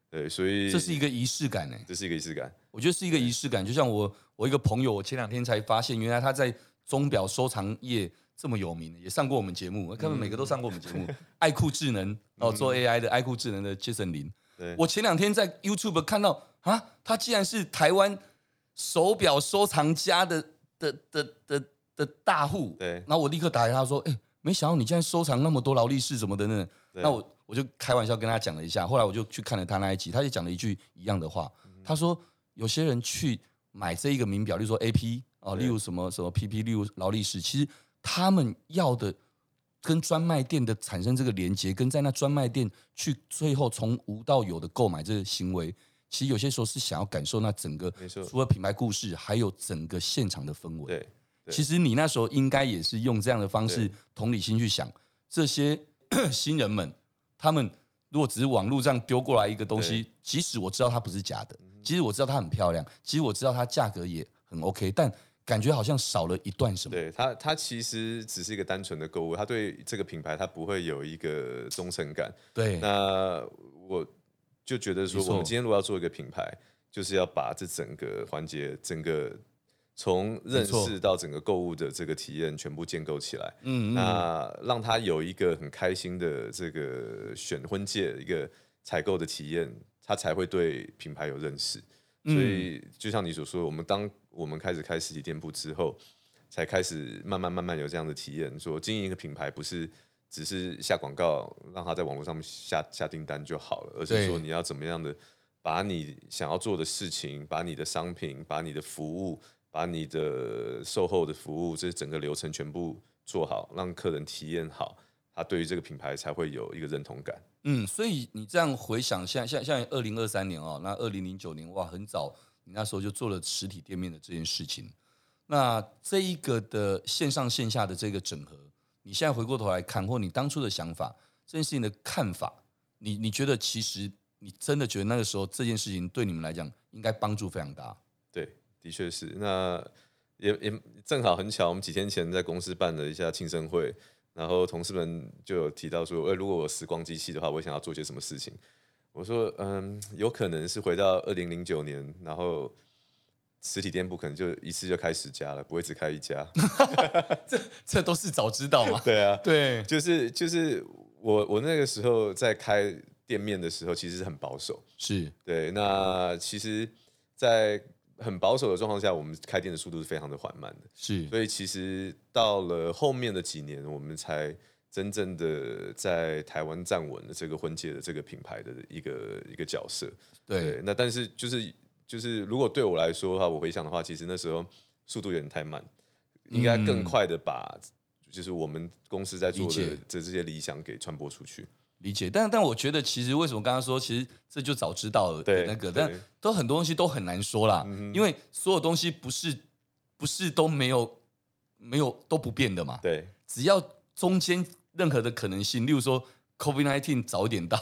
[SPEAKER 2] 对，所以
[SPEAKER 4] 这是一个仪式感哎、
[SPEAKER 2] 这是一个仪式感，
[SPEAKER 4] 我觉得是一个仪式感。就像我我一个朋友，我前两天才发现，原来他在钟表收藏业这么有名，也上过我们节目，他们每个都上过我们节
[SPEAKER 2] 嗯
[SPEAKER 4] 目。爱酷智能哦，做 AI 的爱酷智能的 Jason 林，
[SPEAKER 2] 对，
[SPEAKER 4] 我前两天在 YouTube 看到啊，他竟然是台湾手表收藏家的的的的的大户。
[SPEAKER 2] 对
[SPEAKER 4] 然后我立刻打给他说：“哎、没想到你竟然收藏那么多劳力士什么的呢？”
[SPEAKER 2] 对
[SPEAKER 4] 那我我就开玩笑跟他讲了一下，后来我就去看了他那一集，他就讲了一句一样的话，
[SPEAKER 2] 嗯
[SPEAKER 4] 他说：“有些人去买这一个名表，例如说 AP 哦，
[SPEAKER 2] 对
[SPEAKER 4] 例如什么什么 PP，例如劳力士，其实他们要的。”跟专卖店的产生这个连接，跟在那专卖店去最后从无到有的购买这个行为，其实有些时候是想要感受那整个
[SPEAKER 2] 没错
[SPEAKER 4] 除了品牌故事，还有整个现场的氛围。
[SPEAKER 2] 对，对
[SPEAKER 4] 其实你那时候应该也是用这样的方式
[SPEAKER 2] 对，
[SPEAKER 4] 同理心去想这些 新人们，他们如果只是网络上丢过来一个东西，即使我知道它不是假的，
[SPEAKER 2] 嗯
[SPEAKER 4] 即使我知道它很漂亮，即使我知道它价格也很 OK，但感觉好像少了一段什么。
[SPEAKER 2] 对他，他其实只是一个单纯的购物，他对这个品牌他不会有一个忠诚感。
[SPEAKER 4] 对，嗯
[SPEAKER 2] 那我就觉得说，
[SPEAKER 4] 没错
[SPEAKER 2] 我们今天如果要做一个品牌，就是要把这整个环节、整个从认
[SPEAKER 4] 没错
[SPEAKER 2] 识到整个购物的这个体验全部建构起来。
[SPEAKER 4] 嗯嗯，
[SPEAKER 2] 那让他有一个很开心的这个选婚戒一个采购的体验，他才会对品牌有认识。所以就像你所说，我们当我们开始开实体店铺之后，才开始慢慢慢慢有这样的体验，说经营一个品牌不是只是下广告，让他在网络上面下下订单就好了，而是
[SPEAKER 4] 对
[SPEAKER 2] 说你要怎么样的把你想要做的事情、把你的商品、把你的服务、把你的售后的服务，这整个流程全部做好，让客人体验好，他对于这个品牌才会有一个认同感。
[SPEAKER 4] 嗯，所以你这样回想，像像像二零二三年哦，那二零零九年哇，很早，你那时候就做了实体店面的这件事情。那这一个的线上线下的这个整合，你现在回过头来看，或你当初的想法，这件事情的看法，你你觉得其实你真的觉得那个时候这件事情对你们来讲应该帮助非常大？
[SPEAKER 2] 对，的确是。那也也正好很巧，我们几天前在公司办了一下庆生会，然后同事们就有提到说，呃，如果我有时光机器的话，我想要做些什么事情。我说，嗯，有可能是回到二零零九年，然后实体店铺可能就一次就开十家了，不会只开一家。？
[SPEAKER 4] 这都是早知道嘛
[SPEAKER 2] 对啊，
[SPEAKER 4] 对，
[SPEAKER 2] 就是就是我我那个时候在开店面的时候，其实是很保守。
[SPEAKER 4] 是，
[SPEAKER 2] 对，那其实，在很保守的状况下，我们开店的速度是非常的缓慢的。
[SPEAKER 4] 是，
[SPEAKER 2] 所以其实到了后面的几年，我们才真正的在台湾站稳了这个婚戒的这个品牌的一个一个角色。
[SPEAKER 4] 对，
[SPEAKER 2] 那但是就是就是，如果对我来说的话，我回想的话，其实那时候速度有点太慢，应该更快的把就是我们公司在做
[SPEAKER 4] 嗯理
[SPEAKER 2] 的
[SPEAKER 4] 解
[SPEAKER 2] 这这些理想给传播出去。
[SPEAKER 4] 理解，但但我觉得其实为什么刚刚说，其实这就早知道了
[SPEAKER 2] 对
[SPEAKER 4] 那个，
[SPEAKER 2] 对嗯
[SPEAKER 4] 但都很多东西都很难说啦，因为所有东西不是不是都没有没有都不变的嘛，
[SPEAKER 2] 对，
[SPEAKER 4] 只要中间任何的可能性，例如说 COVID nineteen 早一点到，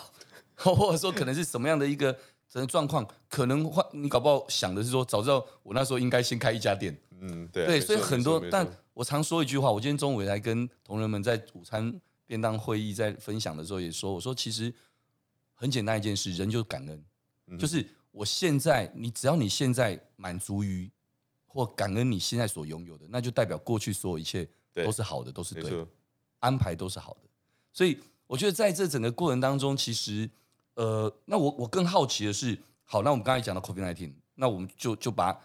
[SPEAKER 4] 或者说可能是什么样的一个整个状况，可能换你搞不好想的是说，早知道我那时候应该先开一家店，
[SPEAKER 2] 嗯，对啊，
[SPEAKER 4] 对，
[SPEAKER 2] 没
[SPEAKER 4] 所以
[SPEAKER 2] 错
[SPEAKER 4] 很
[SPEAKER 2] 没错
[SPEAKER 4] 多
[SPEAKER 2] 没，
[SPEAKER 4] 但
[SPEAKER 2] 错
[SPEAKER 4] 我常说一句话，我今天中午也在跟同仁们在午餐便当会议在分享的时候也说，我说其实很简单一件事，人就是感恩，
[SPEAKER 2] 嗯
[SPEAKER 4] 就是我现在你只要你现在满足于或感恩你现在所拥有的，那就代表过去所有一切
[SPEAKER 2] 对
[SPEAKER 4] 都是好的，都是
[SPEAKER 2] 没
[SPEAKER 4] 对的
[SPEAKER 2] 错。，
[SPEAKER 4] 安排都是好的。所以我觉得在这整个过程当中，其实呃，那我我更好奇的是，好，那我们刚才讲到 COVID nineteen，那我们就就把它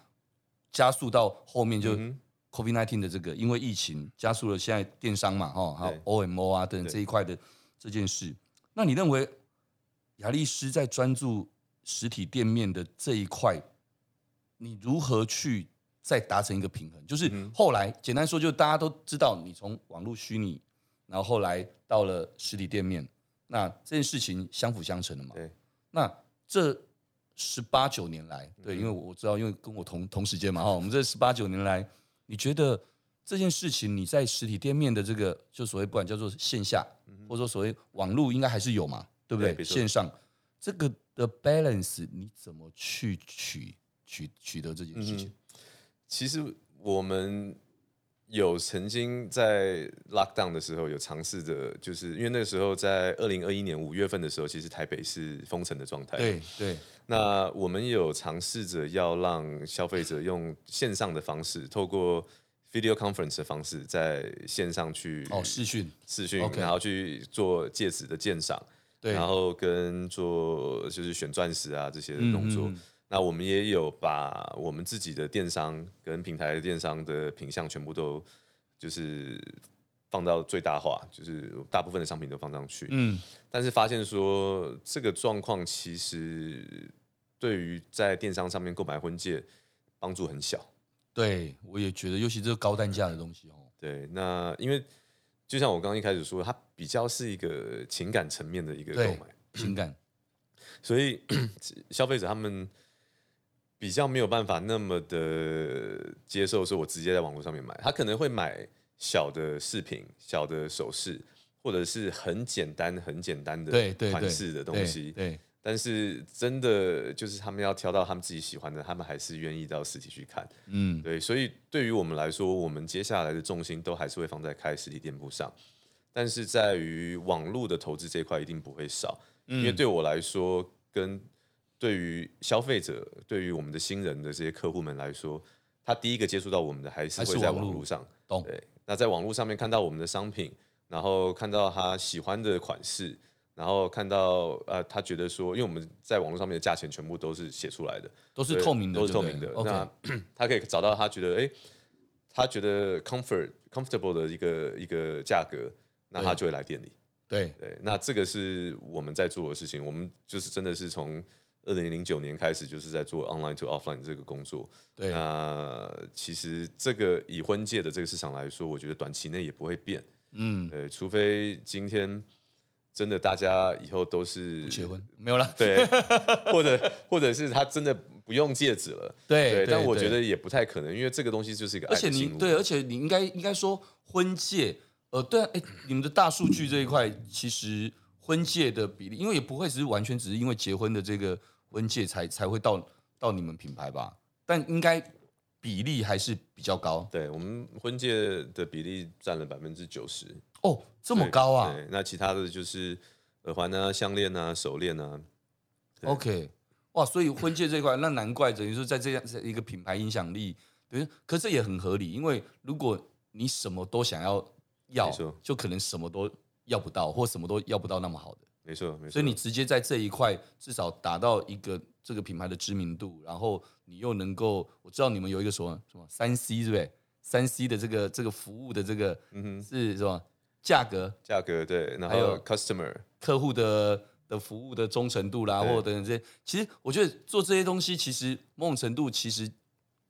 [SPEAKER 4] 加速到后面就
[SPEAKER 2] 嗯
[SPEAKER 4] COVID nineteen 的这个，因为疫情加速了现在电商嘛，哈，还有
[SPEAKER 2] 对
[SPEAKER 4] OMO 啊等等
[SPEAKER 2] 对
[SPEAKER 4] 这一块的这件事。那你认为亚丽斯在专注实体店面的这一块，你如何去再达成一个平衡？就是
[SPEAKER 2] 嗯
[SPEAKER 4] 后来、简单说，就大家都知道，你从网络虚拟，然后后来到了实体店面，那这件事情相辅相成的嘛。
[SPEAKER 2] 对，
[SPEAKER 4] 那这十八九年来，
[SPEAKER 2] 嗯
[SPEAKER 4] 对，因为我知道，因为跟我同同时间嘛，哈，我们这十八九年来，你觉得这件事情你在实体店面的这个，就所谓不管叫做线下，或者说所谓网络，应该还是有嘛，对不对？
[SPEAKER 2] 嗯对没错
[SPEAKER 4] 线上这个的 balance 你怎么去
[SPEAKER 2] 嗯
[SPEAKER 4] 取取取得这件事情？
[SPEAKER 2] 其实我们有曾经在 lockdown 的时候有尝试着，就是因为那个时候在二零二一年五月份的时候，其实台北是封城的状态。
[SPEAKER 4] 对对，
[SPEAKER 2] 那我们有尝试着要让消费者用线上的方式，透过 video conference 的方式，在线上去
[SPEAKER 4] 哦，视讯，
[SPEAKER 2] 视讯，
[SPEAKER 4] OK
[SPEAKER 2] 然后去做戒指的鉴赏，
[SPEAKER 4] 对，
[SPEAKER 2] 然后跟做就是选钻石啊这些的动作。
[SPEAKER 4] 嗯嗯嗯
[SPEAKER 2] 那我们也有把我们自己的电商跟平台的电商的品相全部都就是放到最大化，就是大部分的商品都放上去。
[SPEAKER 4] 嗯，
[SPEAKER 2] 但是发现说这个状况其实对于在电商上面购买婚戒帮助很小。
[SPEAKER 4] 对，我也觉得，尤其这个高单价的东西哦，
[SPEAKER 2] 对，那因为就像我刚刚一开始说，它比较是一个情感层面的一个购
[SPEAKER 4] 对
[SPEAKER 2] 买，
[SPEAKER 4] 情感，
[SPEAKER 2] 所以 消费者他们比较没有办法那么的接受，说我直接在网络上面买，他可能会买小的饰品、小的首饰，或者是很简单、很简单
[SPEAKER 4] 对
[SPEAKER 2] 的
[SPEAKER 4] 对
[SPEAKER 2] 款
[SPEAKER 4] 对，
[SPEAKER 2] 式的东
[SPEAKER 4] 对
[SPEAKER 2] 西。
[SPEAKER 4] 对，
[SPEAKER 2] 但是真的就是他们要挑到他们自己喜欢的，他们还是愿意到实体去看。
[SPEAKER 4] 嗯，
[SPEAKER 2] 对，所以对于我们来说，我们接下来的重心都还是会放在开实体店铺上，但是在于网络的投资这一块一定不会少，因为
[SPEAKER 4] 嗯
[SPEAKER 2] 对我来说，跟对于消费者、对于我们的新人的这些客户们来说，他第一个接触到我们的还是
[SPEAKER 4] 还是
[SPEAKER 2] 会在
[SPEAKER 4] 网
[SPEAKER 2] 网
[SPEAKER 4] 络
[SPEAKER 2] 络上。
[SPEAKER 4] 懂，
[SPEAKER 2] 对，那在网络上面看到我们的商品，然后看到他喜欢的款式，然后看到呃，他觉得说，因为我们在网络上面的价钱全部都是写出来的，
[SPEAKER 4] 都是
[SPEAKER 2] 对
[SPEAKER 4] 透明的，
[SPEAKER 2] 都是
[SPEAKER 4] 对
[SPEAKER 2] 透
[SPEAKER 4] 不对
[SPEAKER 2] 明的。
[SPEAKER 4] OK，
[SPEAKER 2] 那 他可以找到他觉得哎、诶他觉得 comfort comfortable 的一个一个价格，那他
[SPEAKER 4] 对
[SPEAKER 2] 就会来店里。
[SPEAKER 4] 对，
[SPEAKER 2] 对，那这个是我们在做的事情，我们就是真的是从。二零零九年开始，就是在做 online to offline 这个工作。
[SPEAKER 4] 对，
[SPEAKER 2] 那其实这个以婚戒的这个市场来说，我觉得短期内也不会变。
[SPEAKER 4] 嗯，
[SPEAKER 2] 呃，除非今天真的大家以后都是
[SPEAKER 4] 不结，婚没有啦，
[SPEAKER 2] 对，或者或者是他真的不用戒指了，
[SPEAKER 4] 对，
[SPEAKER 2] 但我
[SPEAKER 4] 对
[SPEAKER 2] 觉得也不太可能，因为这个东西就是一个
[SPEAKER 4] 而
[SPEAKER 2] 爱
[SPEAKER 4] 且
[SPEAKER 2] 的
[SPEAKER 4] 你
[SPEAKER 2] 信物，
[SPEAKER 4] 对，而且你应该应该说婚戒，呃，对、啊，哎，你们的大数据这一块，其实婚戒的比例，因为也不会只是完全只是因为结婚的这个婚戒才才会到到你们品牌吧，但应该比例还是比较高
[SPEAKER 2] 对我们婚戒的比例占了百分之九十，
[SPEAKER 4] 哦，这
[SPEAKER 2] 这
[SPEAKER 4] 么高啊
[SPEAKER 2] 那其他的就是耳环啊、项链啊、手链啊，对
[SPEAKER 4] ？OK，哇，所以婚戒这一块，那难怪等于说在这样一个品牌影响力，等于可是也很合理，因为如果你什么都想要要
[SPEAKER 2] 没错，
[SPEAKER 4] 就可能什么都要不到，或什么都要不到那么好的。
[SPEAKER 2] 没错没错。
[SPEAKER 4] 所以你直接在这一块至少达到一个这个品牌的知名度，然后你又能够，我知道你们有一个什么什么三 C 是不是？三 C 的这个这个服务的这个、
[SPEAKER 2] 嗯哼，
[SPEAKER 4] 是什么价格、
[SPEAKER 2] 价格对，然
[SPEAKER 4] 还有
[SPEAKER 2] 后 customer
[SPEAKER 4] 客户的的服务的忠诚度啦，
[SPEAKER 2] 对
[SPEAKER 4] 或者等等这些，其实我觉得做这些东西，其实某种程度，其实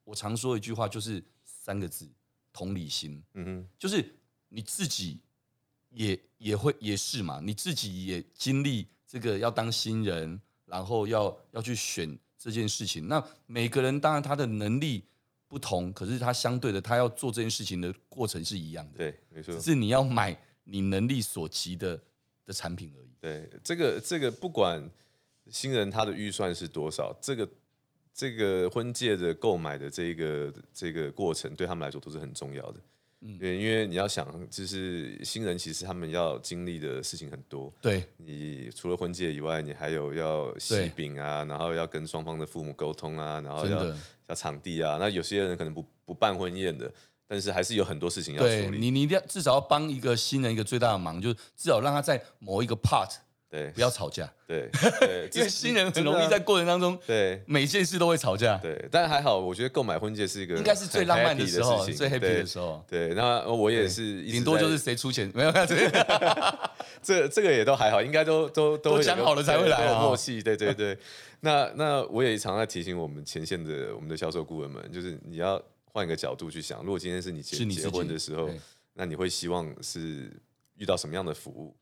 [SPEAKER 4] 我常说一句话就是三个字：同理心。
[SPEAKER 2] 嗯哼，
[SPEAKER 4] 就是你自己也也会也是嘛，你自己也经历这个要当新人，然后要要去选这件事情。那每个人当然他的能力不同，可是他相对的他要做这件事情的过程是一样的，
[SPEAKER 2] 对，没错
[SPEAKER 4] 只。是你要买你能力所及的的产品而已。
[SPEAKER 2] 对，这个这个不管新人他的预算是多少，这个这个婚戒的购买的这个这个过程对他们来说都是很重要的。嗯，因为你要想，就是新人其实他们要经历的事情很多。
[SPEAKER 4] 对
[SPEAKER 2] 你除了婚戒以外，你还有要
[SPEAKER 4] 对
[SPEAKER 2] 喜饼啊，然后要跟双方的父母沟通啊，然后
[SPEAKER 4] 真
[SPEAKER 2] 要
[SPEAKER 4] 的
[SPEAKER 2] 要场地啊。那有些人可能不不办婚宴的，但是还是有很多事情要
[SPEAKER 4] 对
[SPEAKER 2] 处理。
[SPEAKER 4] 你，你一定要至少要帮一个新人一个最大的忙，就是至少让他在某一个 part
[SPEAKER 2] 对
[SPEAKER 4] 不要 吵架，
[SPEAKER 2] 对对，
[SPEAKER 4] 因为
[SPEAKER 2] 这
[SPEAKER 4] 新人很
[SPEAKER 2] 真的
[SPEAKER 4] 容易
[SPEAKER 2] 啊
[SPEAKER 4] 在过程当中
[SPEAKER 2] 对
[SPEAKER 4] 每件事都会吵架。
[SPEAKER 2] 对，但还好，我觉得购买婚戒是一个
[SPEAKER 4] 应该是最
[SPEAKER 2] 很
[SPEAKER 4] 浪漫
[SPEAKER 2] happy 的
[SPEAKER 4] 时候，啊
[SPEAKER 2] 事情
[SPEAKER 4] 最 happy
[SPEAKER 2] 对
[SPEAKER 4] 的时候。
[SPEAKER 2] 对，那我也是一直在，
[SPEAKER 4] 顶多就是谁出 钱，没有，没有这个
[SPEAKER 2] 这这个也都还好，应该都都都
[SPEAKER 4] 都
[SPEAKER 2] 会有
[SPEAKER 4] 讲
[SPEAKER 2] 个
[SPEAKER 4] 好了才会
[SPEAKER 2] 对
[SPEAKER 4] 来
[SPEAKER 2] 都有
[SPEAKER 4] 啊
[SPEAKER 2] 默契，对对对。那那我也常在提醒我们前线的我们的销售顾问们，就是你要换一个角度去想，如果今天是你结
[SPEAKER 4] 是你自
[SPEAKER 2] 结
[SPEAKER 4] 己
[SPEAKER 2] 婚的时候
[SPEAKER 4] 对，
[SPEAKER 2] 那你会希望是遇到什么样的服务？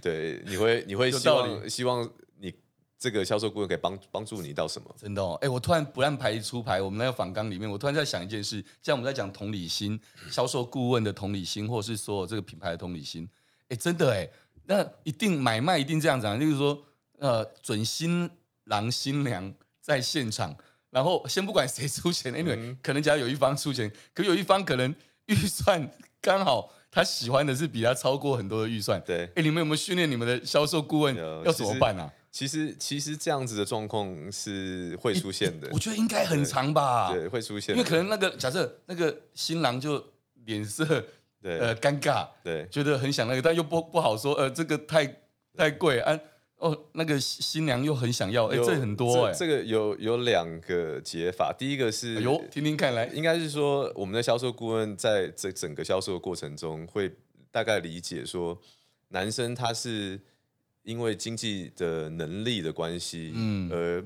[SPEAKER 2] 对，你会你会
[SPEAKER 4] 有
[SPEAKER 2] 希
[SPEAKER 4] 道理
[SPEAKER 2] 望希望你这个销售顾问可以帮帮助你到什么？
[SPEAKER 4] 真的哦。哎，我突然不按牌出牌，我们那个访纲里面，我突然在想一件事，像我们在讲同理心，销售顾问的同理心，或者是所有这个品牌的同理心，哎，真的哎，那一定买卖一定这样子啊，就是说，呃，准新郎新娘在
[SPEAKER 2] 嗯
[SPEAKER 4] 现场，然后先不管谁出钱，因为可能只要有一方出钱，可有一方可能。预算刚好他喜欢的是比他超过很多的预算。
[SPEAKER 2] 对
[SPEAKER 4] 哎、，你们有没有训练你们的销售顾问
[SPEAKER 2] 有
[SPEAKER 4] 要怎么办啊？
[SPEAKER 2] 其实其实这样子的状况是会出现的
[SPEAKER 4] 我，觉得应该很长吧，
[SPEAKER 2] 对，会出现
[SPEAKER 4] 因
[SPEAKER 2] 的，
[SPEAKER 4] 为可能那个假设那个新郎就脸色呃
[SPEAKER 2] 对
[SPEAKER 4] 尴尬，
[SPEAKER 2] 对
[SPEAKER 4] 觉得很想那个，但又不不好说，呃，这个太太贵啊。哦，那个新新娘又很想要，哎、
[SPEAKER 2] 有
[SPEAKER 4] 这很多哎、
[SPEAKER 2] 这个有有两个解法，第一个是
[SPEAKER 4] 哎呦，听听看来，
[SPEAKER 2] 应该是说，我们的销售顾问在这整个销售的过程中，会大概理解说，男生他是因为经济的能力的关系，
[SPEAKER 4] 嗯
[SPEAKER 2] 嗯，而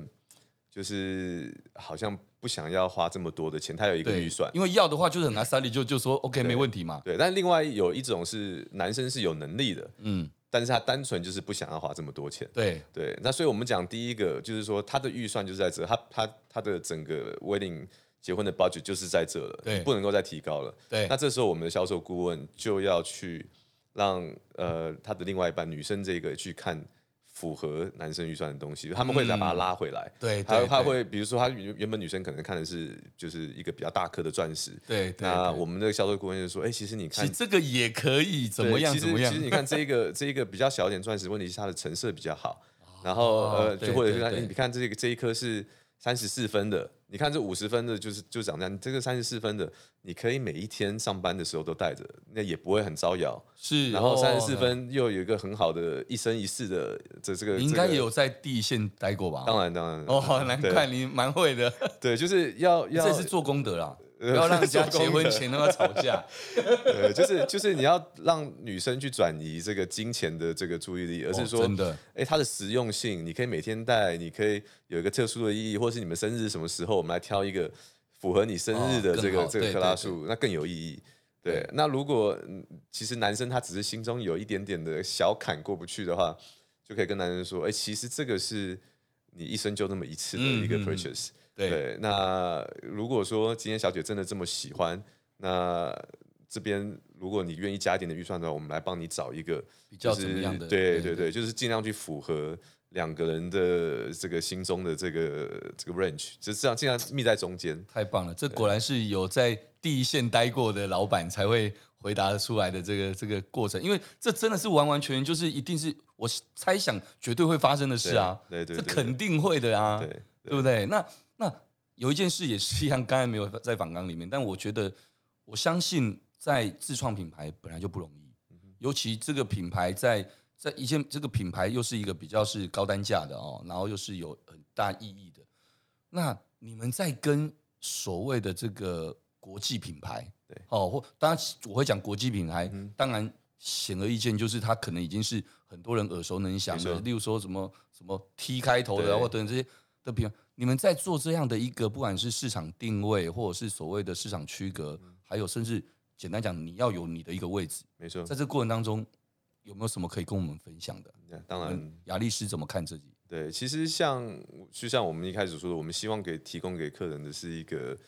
[SPEAKER 2] 就是好像不想要花这么多的钱，他有一个
[SPEAKER 4] 对
[SPEAKER 2] 预算。
[SPEAKER 4] 因为要的话就是很阿萨里就就说 OK
[SPEAKER 2] 对
[SPEAKER 4] 没问题嘛，
[SPEAKER 2] 对，但另外有一种是男生是有能力的，
[SPEAKER 4] 嗯，
[SPEAKER 2] 但是他单纯就是不想要花这么多钱。
[SPEAKER 4] 对，
[SPEAKER 2] 对，那所以我们讲第一个就是说，他的预算就是在这，他他他的整个 wedding 结婚的 budget 就是在这了，
[SPEAKER 4] 对
[SPEAKER 2] 你不能够再提高了。
[SPEAKER 4] 对
[SPEAKER 2] 那这时候我们的销售顾问就要去让呃他的另外一半女生这个去看符合男生预算的东西，他们会再把它拉回来。
[SPEAKER 4] 对，
[SPEAKER 2] 他
[SPEAKER 4] 对
[SPEAKER 2] 他会，比如说，他原原本女生可能看的是就是一个比较大颗的钻石，
[SPEAKER 4] 对对对，
[SPEAKER 2] 那我们的销售顾问就说，哎、其实你
[SPEAKER 4] 其
[SPEAKER 2] 看
[SPEAKER 4] 实这个也可以怎
[SPEAKER 2] 对
[SPEAKER 4] 么样
[SPEAKER 2] 其实
[SPEAKER 4] 怎么样
[SPEAKER 2] 其，实你看这一个这一个比较小一点钻石，问题是它的成色比较好，然后、呃，
[SPEAKER 4] 哦对
[SPEAKER 2] 就或者是它
[SPEAKER 4] 对对
[SPEAKER 2] 你看这个这一颗是三十四分的，你看这五十分的就是就长这样，这个三十四分的，你可以每一天上班的时候都带着，那也不会很招摇。
[SPEAKER 4] 是，
[SPEAKER 2] 然后
[SPEAKER 4] 哦
[SPEAKER 2] 三十四，分又有一个很好的一生一世的这这个，
[SPEAKER 4] 你应该
[SPEAKER 2] 这个
[SPEAKER 4] 也有，在地线待过吧？
[SPEAKER 2] 当然当然
[SPEAKER 4] 哦，难
[SPEAKER 2] 对
[SPEAKER 4] 怪你蛮会的，
[SPEAKER 2] 对，就是要要
[SPEAKER 4] 这是做功德 啦，不要让人家
[SPEAKER 2] 做功
[SPEAKER 4] 结
[SPEAKER 2] 德
[SPEAKER 4] 婚前让他吵 架，
[SPEAKER 2] 呃，就是就是你要让女生去转移这个金钱的这个注意力，而是
[SPEAKER 4] 哦
[SPEAKER 2] 说、
[SPEAKER 4] 真的
[SPEAKER 2] 哎、它的实用性，你可以每天戴，你可以有一个特殊的意义，或是你们生日什么时候，我们来挑一个符合你生日
[SPEAKER 4] 哦
[SPEAKER 2] 的
[SPEAKER 4] 更
[SPEAKER 2] 这个、
[SPEAKER 4] 好
[SPEAKER 2] 这个
[SPEAKER 4] 对
[SPEAKER 2] 克拉
[SPEAKER 4] 对
[SPEAKER 2] 数，那更有意义。对
[SPEAKER 4] 对，
[SPEAKER 2] 那如果嗯其实男生他只是心中有一点点的小坎过不去的话，就可以跟男生说，哎、其实这个是你一生就那么一次的一个
[SPEAKER 4] 嗯嗯嗯
[SPEAKER 2] purchase。
[SPEAKER 4] 对，
[SPEAKER 2] 对，那如果说今天小姐真的这么喜欢，那这边如果你愿意加一点的预算的话，我们来帮你找一个
[SPEAKER 4] 比
[SPEAKER 2] 就
[SPEAKER 4] 较
[SPEAKER 2] 是
[SPEAKER 4] 怎么样的，
[SPEAKER 2] 对对对，就是尽量去符合两个人的这个心中的这个这个 range，就是这样尽量密在中间。
[SPEAKER 4] 太棒了！这果然是有在第一线待过的老板才会回答得出来的这个这个过程，因为这真的是完完全全就是一定是我猜想绝对会发生的事啊，
[SPEAKER 2] 对对
[SPEAKER 4] 这
[SPEAKER 2] 对对
[SPEAKER 4] 肯定会的啊，
[SPEAKER 2] 对
[SPEAKER 4] 对不对？那那有一件事也是一样，刚才没有在访纲里面，但我觉得我相信在自创品牌本来就不容易，
[SPEAKER 2] 嗯
[SPEAKER 4] 尤其这个品牌在在一件这个品牌又是一个比较是高单价的哦，然后又是有很大意义的。那你们在跟所谓的这个国际品牌，
[SPEAKER 2] 对
[SPEAKER 4] 哦，或当然我会讲国际品牌，
[SPEAKER 2] 嗯
[SPEAKER 4] 当然显而易见就是它可能已经是很多人耳熟能详
[SPEAKER 2] 没
[SPEAKER 4] 的，
[SPEAKER 2] 错
[SPEAKER 4] 例如说什么什么 T 开头的啊
[SPEAKER 2] 对
[SPEAKER 4] 或等等这些的品牌，你们在做这样的一个不管是市场定位，或者是所谓的市场区隔，
[SPEAKER 2] 嗯
[SPEAKER 4] 还有甚至简单讲你要有你的一个位置，
[SPEAKER 2] 没错
[SPEAKER 4] 在，这过程当中有没有什么可以跟我们分享的？
[SPEAKER 2] 当然
[SPEAKER 4] 嗯，亚力士怎么看自己？
[SPEAKER 2] 对，其实像就像我们一开始说的，我们希望给提供给客人的是一个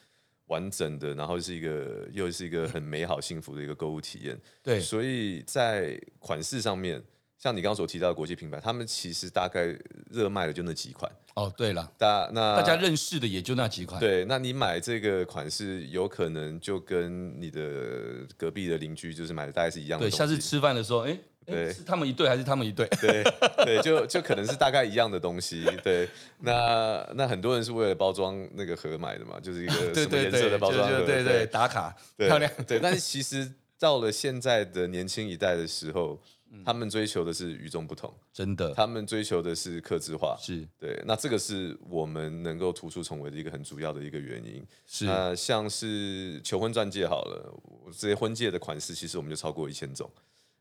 [SPEAKER 2] 完整的，然后是一个又是一个很美好幸福的一个购物体验。
[SPEAKER 4] 嗯对，
[SPEAKER 2] 所以在款式上面，像你刚刚所提到的国际品牌，他们其实大概热卖的就那几款。
[SPEAKER 4] 哦，对了，
[SPEAKER 2] 大那
[SPEAKER 4] 大家认识的也就那几
[SPEAKER 2] 呃
[SPEAKER 4] 款，
[SPEAKER 2] 对，那你买这个款式，有可能就跟你的隔壁的邻居就是买的大概是一样的东
[SPEAKER 4] 对，
[SPEAKER 2] 西。
[SPEAKER 4] 下次吃饭的时候，哎、哎
[SPEAKER 2] 对
[SPEAKER 4] 是他们一对还是他们一对？
[SPEAKER 2] 对对，就就可能是大概一样的东西。对，那那很多人是为了包装那个盒买的嘛，就是一个 什么颜色的包装盒，
[SPEAKER 4] 对对打卡
[SPEAKER 2] 对
[SPEAKER 4] 漂亮，
[SPEAKER 2] 对，但是其实到了现在的年轻一代的时候，
[SPEAKER 4] 嗯
[SPEAKER 2] 他们追求的是与众不同。
[SPEAKER 4] 真的
[SPEAKER 2] 他们追求的是克制化，
[SPEAKER 4] 是
[SPEAKER 2] 对，那这个是我们能够突出重围的一个很主要的一个原因。
[SPEAKER 4] 是
[SPEAKER 2] 那像是求婚钻戒好了，我这些婚戒的款式其实我们就超过一千种，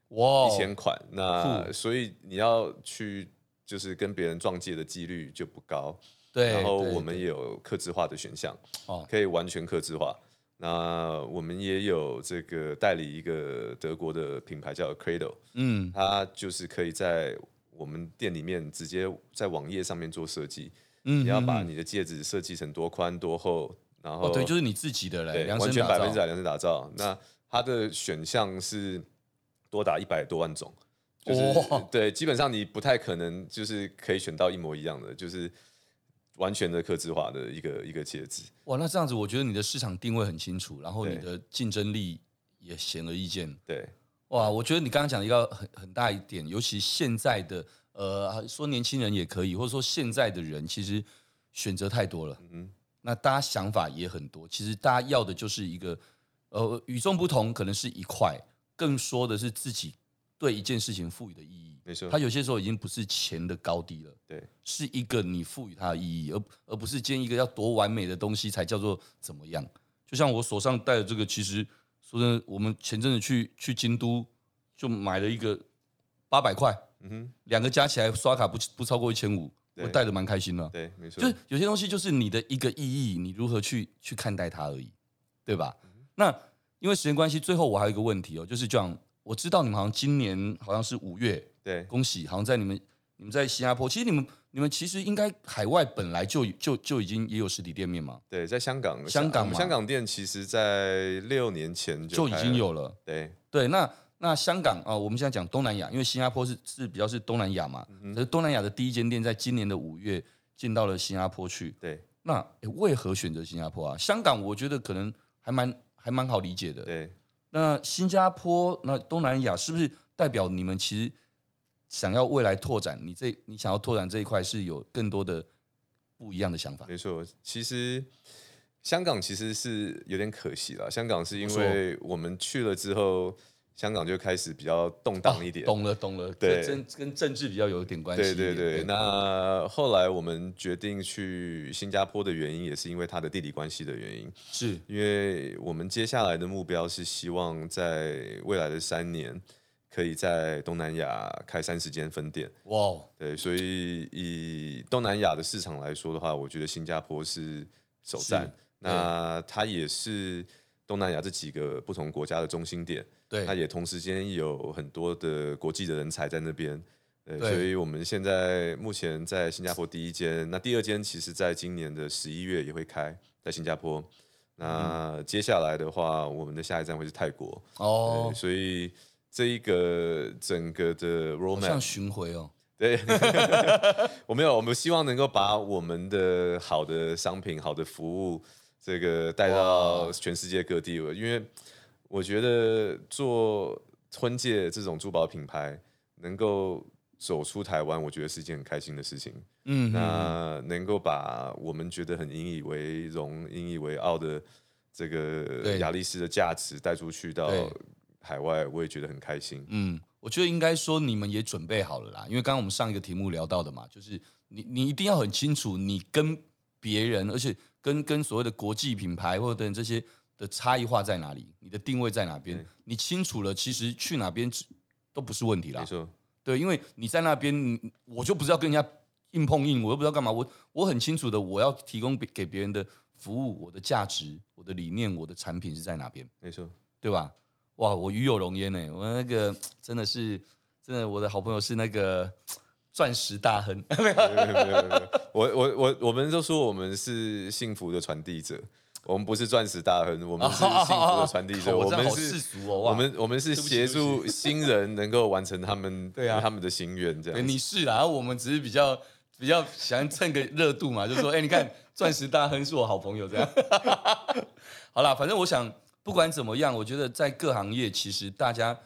[SPEAKER 4] 哇
[SPEAKER 2] 一千款。那
[SPEAKER 4] 哦酷
[SPEAKER 2] 所以你要去就是跟别人撞戒的几率就不高。
[SPEAKER 4] 对，
[SPEAKER 2] 然后
[SPEAKER 4] 对
[SPEAKER 2] 我们
[SPEAKER 4] 对
[SPEAKER 2] 也有克制化的选项
[SPEAKER 4] 哦，
[SPEAKER 2] 可以完全克制化。那我们也有这个代理一个德国的品牌叫 Cradle，
[SPEAKER 4] 嗯
[SPEAKER 2] 它就是可以在我们店里面直接在网页上面做设计，
[SPEAKER 4] 嗯，
[SPEAKER 2] 你要把
[SPEAKER 4] 嗯
[SPEAKER 2] 你的戒指设计成多宽多厚，然后、
[SPEAKER 4] 哦对，就是你自己的嘞，
[SPEAKER 2] 对
[SPEAKER 4] 量
[SPEAKER 2] 完
[SPEAKER 4] 身
[SPEAKER 2] 全
[SPEAKER 4] 打
[SPEAKER 2] 百
[SPEAKER 4] 造
[SPEAKER 2] 分之百量身打造。那它的选项是多达一百多万种，就是、
[SPEAKER 4] 哇
[SPEAKER 2] 对，基本上你不太可能就是可以选到一模一样的，就是完全的客制化的一个一个戒指。
[SPEAKER 4] 哇，那这样子，我觉得你的市场定位很清楚，然后你
[SPEAKER 2] 对
[SPEAKER 4] 的竞争力也显而易见。
[SPEAKER 2] 对，
[SPEAKER 4] 哇，我觉得你刚刚讲了一个很很大一点，尤其现在的呃，说年轻人也可以，或者说现在的人其实选择太多了，
[SPEAKER 2] 嗯
[SPEAKER 4] 那大家想法也很多，其实大家要的就是一个呃与众不同，可能是一块，更说的是自己对一件事情赋予的意义。
[SPEAKER 2] 没错
[SPEAKER 4] 它有些时候已经不是钱的高低了，
[SPEAKER 2] 对，
[SPEAKER 4] 是一个你赋予它的意义，而而不是建一个要多完美的东西才叫做怎么样。就像我手上戴的这个，其实说真的，我们前阵子去去京都就买了一个八百块，
[SPEAKER 2] 嗯哼，
[SPEAKER 4] 两个加起来刷卡不不超过一千五，
[SPEAKER 2] 对
[SPEAKER 4] 我戴的蛮开心的、
[SPEAKER 2] 对，没错
[SPEAKER 4] 就，是有些东西就是你的一个意义，你如何去去看待它而已，对吧？那因为时间关系，最后我还有一个问题哦，就是这样，我知道你们好像今年好像是五月，
[SPEAKER 2] 对，
[SPEAKER 4] 恭喜，好像在你们你们在新加坡，其实你们你们其实应该海外本来就就就已经也有实体店面嘛，
[SPEAKER 2] 对，在香港，
[SPEAKER 4] 香港
[SPEAKER 2] 我们
[SPEAKER 4] 嘛
[SPEAKER 2] 香港店其实，在六年前
[SPEAKER 4] 就
[SPEAKER 2] 就
[SPEAKER 4] 已
[SPEAKER 2] 开
[SPEAKER 4] 经
[SPEAKER 2] 了，
[SPEAKER 4] 有了。
[SPEAKER 2] 对，
[SPEAKER 4] 对，那那香港啊、呃我们现在讲东南亚，因为新加坡是是比较是东南亚嘛，可是东南亚的第一间店在今年的五月进到了新加坡去。
[SPEAKER 2] 对，
[SPEAKER 4] 那诶为何选择新加坡啊？香港我觉得可能还蛮还蛮好理解的。
[SPEAKER 2] 对，
[SPEAKER 4] 那新加坡，那东南亚是不是代表你们其实想要未来拓展？你这你想要拓展这一块是有更多的不一样的想法？
[SPEAKER 2] 没错。其实香港其实是有点可惜了，香港是因
[SPEAKER 4] 怎么说
[SPEAKER 2] 为我们去了之后，香港就开始比较动荡一点，
[SPEAKER 4] 懂了懂了，
[SPEAKER 2] 对
[SPEAKER 4] 这跟跟政治比较有一点关系
[SPEAKER 2] 对
[SPEAKER 4] 哦一点。
[SPEAKER 2] 对对，那后来我们决定去新加坡的原因，也是因为它的地理关系的原因，
[SPEAKER 4] 是
[SPEAKER 2] 因为我们接下来的目标是希望在未来的三年，可以在东南亚开三十间分店。
[SPEAKER 4] 哇哦，
[SPEAKER 2] 对，所以以东南亚的市场来说的话，我觉得新加坡是首
[SPEAKER 4] 是
[SPEAKER 2] 站，那它也是东南亚这几个不同国家的中心点。
[SPEAKER 4] 对
[SPEAKER 2] 那，也同时间有很多的国际的人才在那边，对，
[SPEAKER 4] 对
[SPEAKER 2] 所以我们现在目前在新加坡第一间，那第二间其实在今年的十一月也会开在新加坡。
[SPEAKER 4] 嗯
[SPEAKER 2] 那接下来的话，我们的下一站会是泰国，
[SPEAKER 4] 哦
[SPEAKER 2] 对，，所以这一个整个的
[SPEAKER 4] 好像
[SPEAKER 2] roadmap，
[SPEAKER 4] 巡回哦。
[SPEAKER 2] 对，我没有，我们希望能够把我们的好的商品、好的服务，这个带到
[SPEAKER 4] 哇
[SPEAKER 2] 全世界各地了。因为我觉得做婚戒这种珠宝品牌，能够走出台湾，我觉得是一件很开心的事情。
[SPEAKER 4] 嗯，
[SPEAKER 2] 那能够把我们觉得很引以为荣、引以为傲的这个
[SPEAKER 4] 对
[SPEAKER 2] 雅力士的价值带出去到
[SPEAKER 4] 对
[SPEAKER 2] 海外，我也觉得很开心。
[SPEAKER 4] 嗯，我觉得应该说你们也准备好了啦，因为刚刚我们上一个题目聊到的嘛，就是你你一定要很清楚你跟别人，而且跟跟所谓的国际品牌或者等这些的差异化在哪里，你的定位在哪边
[SPEAKER 2] 对，
[SPEAKER 4] 你清楚了，其实去哪边都不是问题啦
[SPEAKER 2] 没。错，
[SPEAKER 4] 对，啊因为你在那边，你我就不是要跟人家硬碰硬，我又不知道干嘛。我我很清楚的，我要提供给给别人的服务，我的价值、我的理念、我的产品是在哪边。
[SPEAKER 2] 没错，
[SPEAKER 4] 对吧？哇，我与有荣焉呢，我那个真的是，真的，我的好朋友是那个钻石大亨，
[SPEAKER 2] 没有没有没有没有，我我我我们都说我们是幸福的传递者，我们不是钻石大亨，我们 是幸福的传递者，
[SPEAKER 4] 靠
[SPEAKER 2] 我
[SPEAKER 4] 真的
[SPEAKER 2] 们
[SPEAKER 4] 好世
[SPEAKER 2] 是。
[SPEAKER 4] 俗哦，哇，
[SPEAKER 2] 我们我们是
[SPEAKER 4] 对不起
[SPEAKER 2] 协
[SPEAKER 4] 对
[SPEAKER 2] 助新人能够完成他们
[SPEAKER 4] 对啊
[SPEAKER 2] 他们的心愿，这
[SPEAKER 4] 对
[SPEAKER 2] 样
[SPEAKER 4] 你是啦，然后我们只是比较比较想蹭个热度嘛，就说，哎、你看钻石大亨是我好朋友这样。 好啦，反正我想不管怎么样，我觉得在各行业其实大家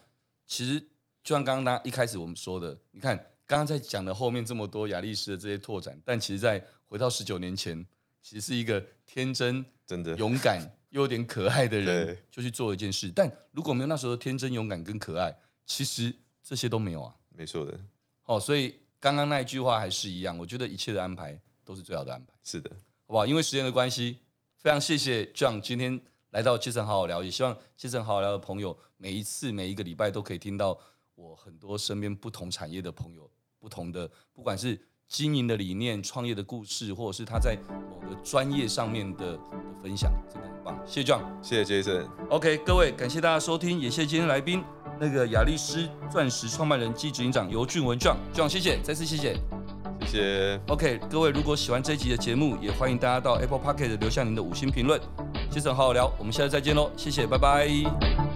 [SPEAKER 4] 其实就像刚刚大家一开始我们说的，你看刚刚在讲的后面这么多亚力士的这些拓展，但其实在回到十九年前，其实是一个天真
[SPEAKER 2] 真的
[SPEAKER 4] 勇敢又有点可爱的人
[SPEAKER 2] 对
[SPEAKER 4] 就去做一件事，但如果没有那时候的天真勇敢跟可爱，其实这些都没有啊。
[SPEAKER 2] 没错的，
[SPEAKER 4] 哦，所以刚刚那一句话还是一样，我觉得一切的安排都是最好的安排，
[SPEAKER 2] 是的，
[SPEAKER 4] 好不好？因为时间的关系，非常谢谢 John 今天来到《切成好好聊》，也希望《切成好好聊》的朋友每一次每一个礼拜都可以听到我很多身边不同产业的朋友，不同的不管是经营的理念、创业的故事，或者是他在某个专业上面的的分享，真的很棒，谢谢 John。
[SPEAKER 2] 谢谢 Jason，
[SPEAKER 4] OK，各位，感谢大家收听，也谢谢今天来宾那个雅力士钻石创办人暨执行长尤俊文 John John，谢谢，再次谢谢。
[SPEAKER 2] 谢谢，
[SPEAKER 4] OK，各位如果喜欢这一集的节目，也欢迎大家到 Apple p o c k e t 留下您的五星评论。接着好好聊，我们下次再见喽，谢谢，拜拜。